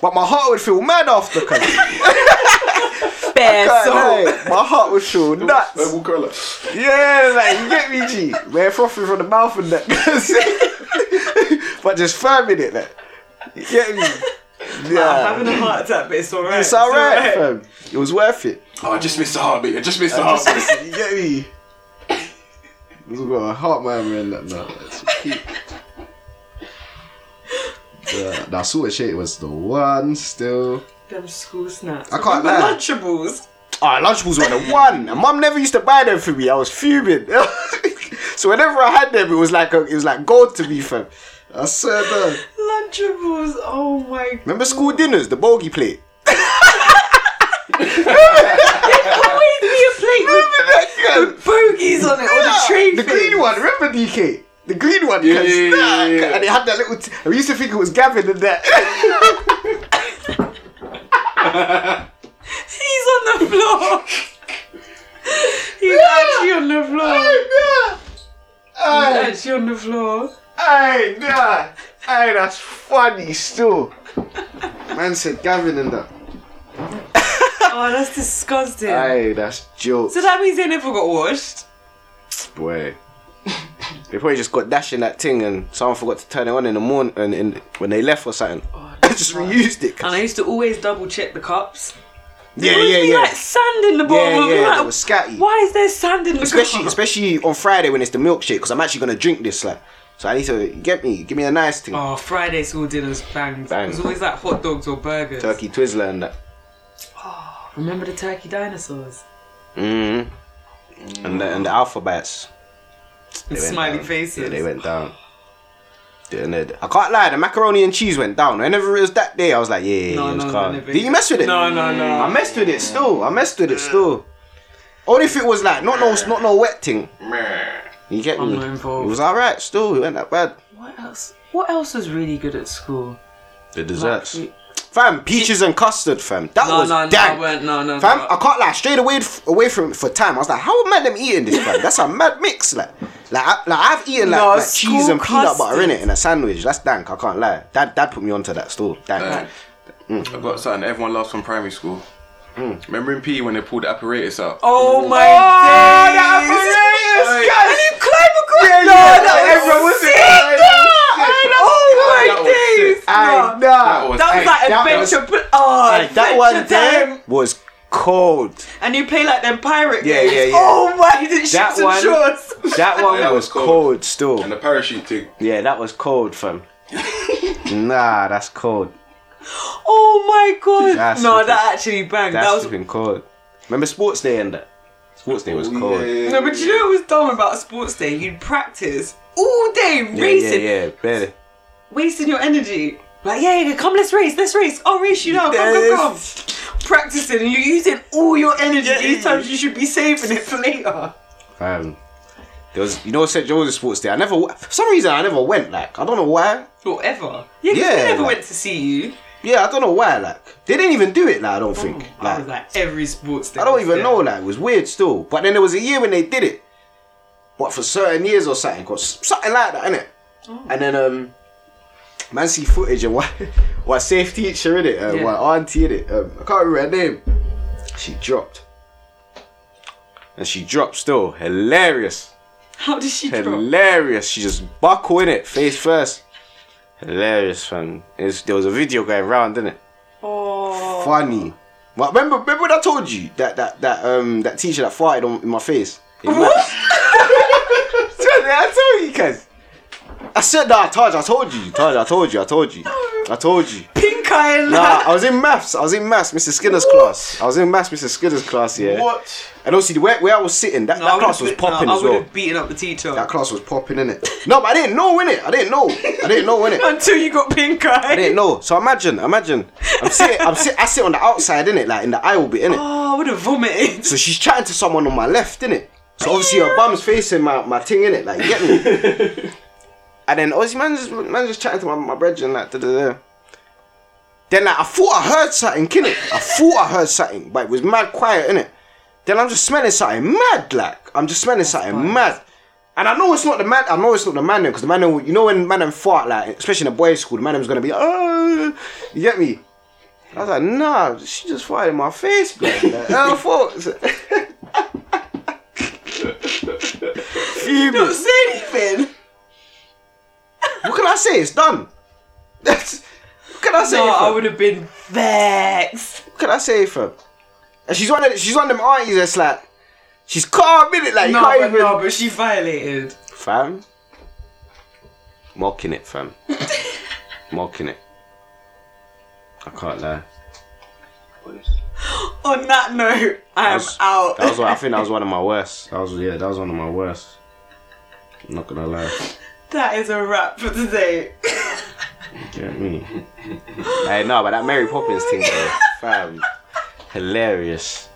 S1: But my heart would feel mad after. <laughs> cuz.
S2: Bare salt.
S1: Like, my heart would <laughs> feel nuts.
S3: Purple colour.
S1: Yeah, like you get me, G. Man, frothing from the mouth and that. <laughs> but just firming it, like. You get me?
S2: I'm
S1: Yeah.
S2: having a heart attack, but it's alright.
S1: It's alright, fam. It was worth it.
S3: Oh, I just missed the heartbeat. I just missed the
S1: Just-
S3: heartbeat.
S1: you get me?
S4: We've got a heart murmur in that now. That's cute. Yeah, nah, sort of shit was the one still.
S2: Them school snacks.
S4: I can't
S2: Remember
S4: lie.
S2: Lunchables.
S1: Ah, Lunchables were the one. And mum never used to buy them for me. I was fuming. <laughs> so whenever I had them, it was like a, it was like gold to me, fam.
S4: I said that.
S2: Lunchables. Oh my.
S1: Remember school dinners, the bogey plate.
S2: Always be a plate with bogeys on it or the tray.
S1: The
S2: thing.
S1: green one, remember DK? The green one,
S3: Yeah,
S1: cause-
S3: yeah, yeah, yeah, yeah.
S1: and it had that little. T- I used to think it was Gavin and that. <laughs>
S2: He's on the floor.
S1: Oh
S2: He's actually on the floor. He's
S1: Aye.
S2: actually on the floor.
S1: Hey, nah. Hey, that's funny still.
S4: Man said Gavin and that.
S2: Oh, that's disgusting.
S1: Hey, that's jokes,
S2: So that means they never got washed.
S1: boy. They probably just got dashing that thing and someone forgot to turn it on in the morning and in, when they left or something.
S2: Oh,
S1: I <laughs> just reused it. 'cause-
S2: And I used to always double check the cups.
S1: yeah,
S2: There
S1: yeah,
S2: would be
S1: yeah.
S2: like <laughs> sand in the bottom.
S1: yeah,
S2: I'm
S1: yeah.
S2: like,
S1: It was scatty.
S2: Why is there sand in the
S1: especially
S2: cup?
S1: especially on Friday when it's the milkshake because I'm actually gonna drink this like so I need to get me give me a nice thing
S2: Oh, Friday school dinners banged.
S1: Bang.
S2: It was always like hot dogs or burgers.
S1: turkey Twizzler and that
S2: Remember the turkey dinosaurs?
S1: mm. and the, and the alphabets
S2: And
S1: went
S2: smiley
S1: down.
S2: faces.
S1: yeah, they went down Yeah, and they- I can't lie the macaroni and cheese went down whenever it was that day I was like yeah, yeah
S2: No,
S1: yeah, it was
S2: no,
S1: calm.
S2: no, never.
S1: did you mess with it
S2: <laughs> No, no,
S1: <laughs>
S2: no.
S1: I messed with it still I messed with it still only if it was like not no not no wet thing you get
S2: I'm
S1: me
S2: not involved.
S1: it was alright still it wasn't that bad
S2: What else? What else was really good at school?
S1: the
S2: Like,
S1: Fam, peaches and custard, fam. That
S2: No,
S1: was
S2: no, no, I
S1: dank.
S2: weren't. No, no,
S1: Fam,
S2: no.
S1: I can't like straight away f- away from for time. I was like, how am I them eating this, fam? That's a mad mix, like, like, I, like I've eaten like,
S2: No,
S1: like cheese
S2: school
S1: and peanut butter in it
S2: custard.
S1: in a sandwich. That's dank. I can't lie. Dad, dad put me onto that still. Dank.
S3: Dank.
S1: Mm.
S3: I've got something everyone loves from primary school. Remember in PE when they pulled the apparatus out?
S2: Oh my
S1: Ah, that
S2: days.
S1: apparatus, guys.
S2: And you climb across. Yeah, no,
S1: yeah,
S2: that
S1: that
S2: was
S1: everyone was
S2: sick.
S1: in.
S2: nah.
S1: That was
S2: Oh
S3: sick.
S2: my
S3: That was
S2: days.
S3: sick.
S2: nah.
S1: Aye,
S2: That
S1: nah.
S3: That was-
S2: was
S3: Hey,
S2: like
S1: that
S2: adventure. but, oh,
S1: Aye, that one
S2: adventure time.
S1: there was cold.
S2: And you play like them pirate
S1: Yeah,
S2: games.
S1: yeah, yeah.
S2: Oh my, the ships
S1: That
S2: and
S1: one-
S2: shores.
S1: That one
S3: that
S1: was
S3: was cold.
S1: cold
S3: And
S1: still.
S3: the parachute thing.
S1: Yeah, that was cold,
S2: <laughs>
S1: fam. nah, that's cold.
S2: Oh my god.
S1: That's
S2: no,
S1: flipping-
S2: that actually banged.
S1: That's
S2: That was
S1: flipping cold. Remember Sports Day and that? Sports Day was
S2: Oh,
S1: cold.
S2: No, but you know what was dumb about sports day? You'd practice all day
S1: Yeah,
S2: racing,
S1: yeah, yeah, barely.
S2: wasting your energy. Like, yeah, yeah, come, let's race, let's race. Oh, race, you know, come, come, come. Practicing, and you're using all your energy these times. You should be saving it for later.
S1: Um, there was, you know, St. George's Sports Day. I never, w- for some reason, I never went. Like, I don't know why.
S2: Whatever. Yeah, 'cause
S1: Yeah,
S2: we never
S1: like-
S2: went to see you.
S1: Yeah, I don't know why. Like, they didn't even do it. Like, I don't think.
S2: Oh, I
S1: Like,
S2: was like every sports day.
S1: I don't
S2: was
S1: even
S2: there.
S1: know. Like, it was weird still. But then there was a year when they did it. But for certain years or something, or s- something like that, innit?
S2: Oh.
S1: And then, um, man, see footage and <laughs> what, what safe teacher in it, uh,
S2: Yeah.
S1: what auntie in it. Um, I can't remember her name. She dropped. And she dropped still. Hilarious.
S2: How did she drop?
S1: Hilarious. She just buckle in it, face first. Hilarious, fam. It's, there was a video going round, didn't it?
S2: Oh.
S1: Funny. But remember, remember when I told you that that that um that teacher that farted on in my face. In maths? <laughs> I told you guys. I said that. I told you. I told you. Taj, I told you. I told you. I told you.
S2: Pink eye and
S1: Nah, I was in maths. I was in maths, Mr. Skinner's class. I was in maths, Mr. Skinner's class. Yeah.
S3: What?
S1: And obviously, where, where I was sitting, that,
S2: No, I
S1: that
S2: would've
S1: class was
S2: been-
S1: popping
S2: no,
S1: as
S2: I would
S1: well.
S2: have beaten up the teacher.
S1: That class was popping in it. No, but I didn't know in it. I didn't know. I didn't know in it.
S2: <laughs>
S1: I
S2: Until you got pink eye.
S1: didn't know. So imagine, imagine. I'm sitting, I'm sit, I sit on the outside in it, like in the aisle bit in it.
S2: <laughs> Oh, I would have vomited. <laughs>
S1: So she's chatting to someone on my left in it. So obviously her bum's facing my, my thing in it, like you get me. and then obviously man just man just chatting to my my brethren like da da da. Then like I thought I heard something, innit? I thought I heard something, but it was mad quiet innit? Then I'm just smelling something mad, like I'm just smelling something mad. And I know it's not the man. I know it's not the man because the man, them- you know, when man them fart like, especially in a boys' school, the man them's gonna be, oh, you get me? I was like, nah, she just farted in my face, bro. Like, <laughs> I thought,
S2: Don't
S1: fuming.
S2: <laughs> say anything.
S1: What can I say? It's done. That's. What can I say?
S2: No, I
S1: fam?
S2: would have been vexed.
S1: What can I say, fam? And she's one of the, she's one of them aunties that's like, she's calm in it, like you
S2: No,
S1: can't
S2: but
S1: even.
S2: no, but she violated.
S1: Fam, mocking it,
S2: <laughs>
S1: fam, mocking it. I can't lie.
S2: On that note, I am
S1: That's-
S2: out.
S1: That was
S2: <laughs>
S1: one- I think that was one of my worst. That was yeah, that was one of my worst. I'm not gonna lie.
S2: that is a wrap for today.
S1: Get
S2: <gasps>
S1: me? hey, no, but that Mary Poppins thing, though, fam, hilarious.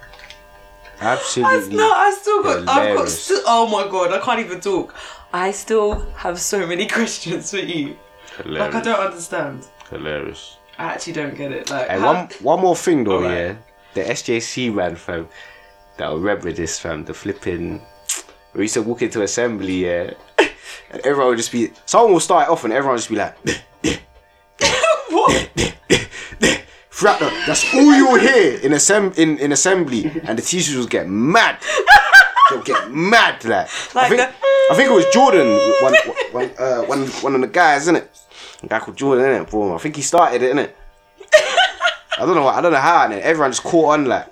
S2: That's
S1: Absolutely.
S2: not. I still got. I've got.
S1: Hilarious.
S2: St- oh my god, I can't even talk. I still have so many <laughs> questions for you. Like I
S1: hilarious.
S2: don't understand.
S1: hilarious.
S2: I actually don't get it. Like
S1: Hey,
S2: how-
S1: one one more thing though,
S2: Alright.
S1: yeah. The SJC man fam that'll remember this fam, the flipping we used to walk into assembly, yeah. <coughs> and everyone would just be. Someone will start it off, and everyone will just be like. <coughs>
S2: what?
S1: Throughout the, that's all you'll hear in, assemb- in in assembly, and the teachers will get mad. They'll get mad, like. I
S2: Like
S1: think,
S2: the-
S1: I think it was Jordan, one one, uh, one one of the guys, isn't it? A guy called Jordan, isn't it? Boom. I think he started it, innit? I don't know. what- I don't know how. And everyone just caught on, like.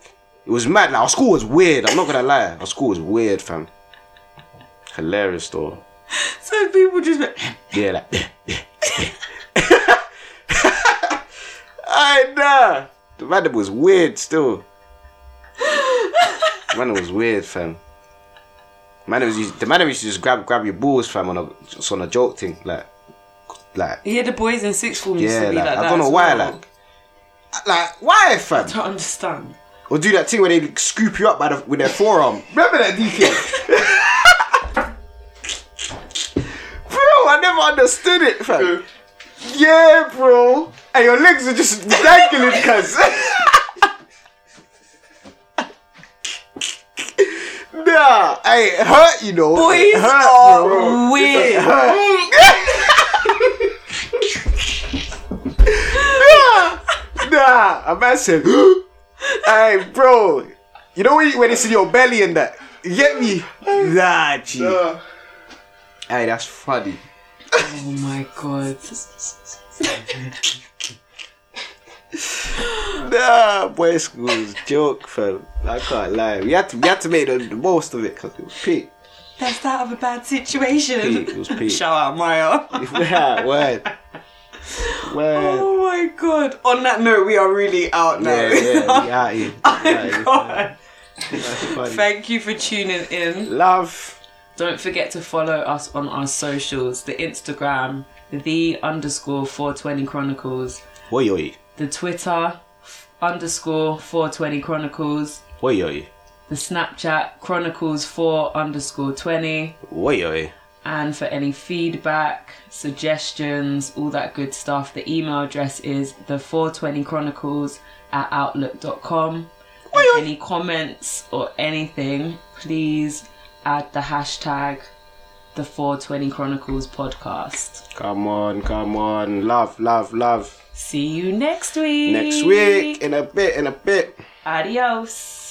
S1: It was mad. Like our school was weird. I'm not gonna lie. Our school was weird, fam. Hilarious though.
S2: <laughs> So people just went,
S1: Yeah, like. <laughs> I nah. The man was weird still. The man was weird, fam. Man was used, the man used to just grab grab your balls, fam, on a just on a joke thing, like, like
S2: yeah, the boys in sixth form used
S1: yeah,
S2: to be
S1: like,
S2: like that.
S1: I don't know
S2: as
S1: why,
S2: well.
S1: like, like why, fam?
S2: I don't understand.
S1: Or do that thing where they scoop you up by the, with their forearm. <laughs> Remember that DK? bro, I never understood it, fam. Yeah, bro. And your legs are just dangling, cuz. <laughs> nah, hey, it hurt, you know.
S2: Boys oh.
S1: it hurt,
S2: are
S1: bro.
S2: weird.
S1: Nah, a man said, <gasps> "Hey, bro, you know when, you- when it's in your belly and that. You get me? Nah, G.
S2: Mm.
S1: Hey, that's funny.
S2: Oh my god.
S1: Nah, boy, school was joke, fam. I can't lie. We had to, we had to make the, the most of it because it was peak.
S2: That's out of a bad situation.
S1: Pete, it was Pete.
S2: <laughs> Shout out Maya.
S1: Yeah, <laughs> word, word.
S2: Oh my god. On that note, we are really out now. Oh
S1: Yeah, yeah,
S2: <laughs>
S1: we out here. We <laughs> out here.
S2: God.
S1: That's funny.
S2: Thank you for tuning in.
S1: Love.
S2: Don't forget to follow us on our socials the Instagram, the underscore 420 Chronicles,
S1: Oi, oi,
S2: the Twitter, underscore 420 Chronicles,
S1: oi, oi,
S2: the Snapchat, Chronicles 4 underscore 20.
S1: oi, oi.
S2: And for any feedback, suggestions, all that good stuff, the email address is the 420chronicles at outlook.com. And any comments or anything, please add the hashtag the 420chronicles podcast.
S1: Come on, come on. Love, love, love.
S2: See you next week.
S1: Next week, in a bit, in a bit.
S2: Adios.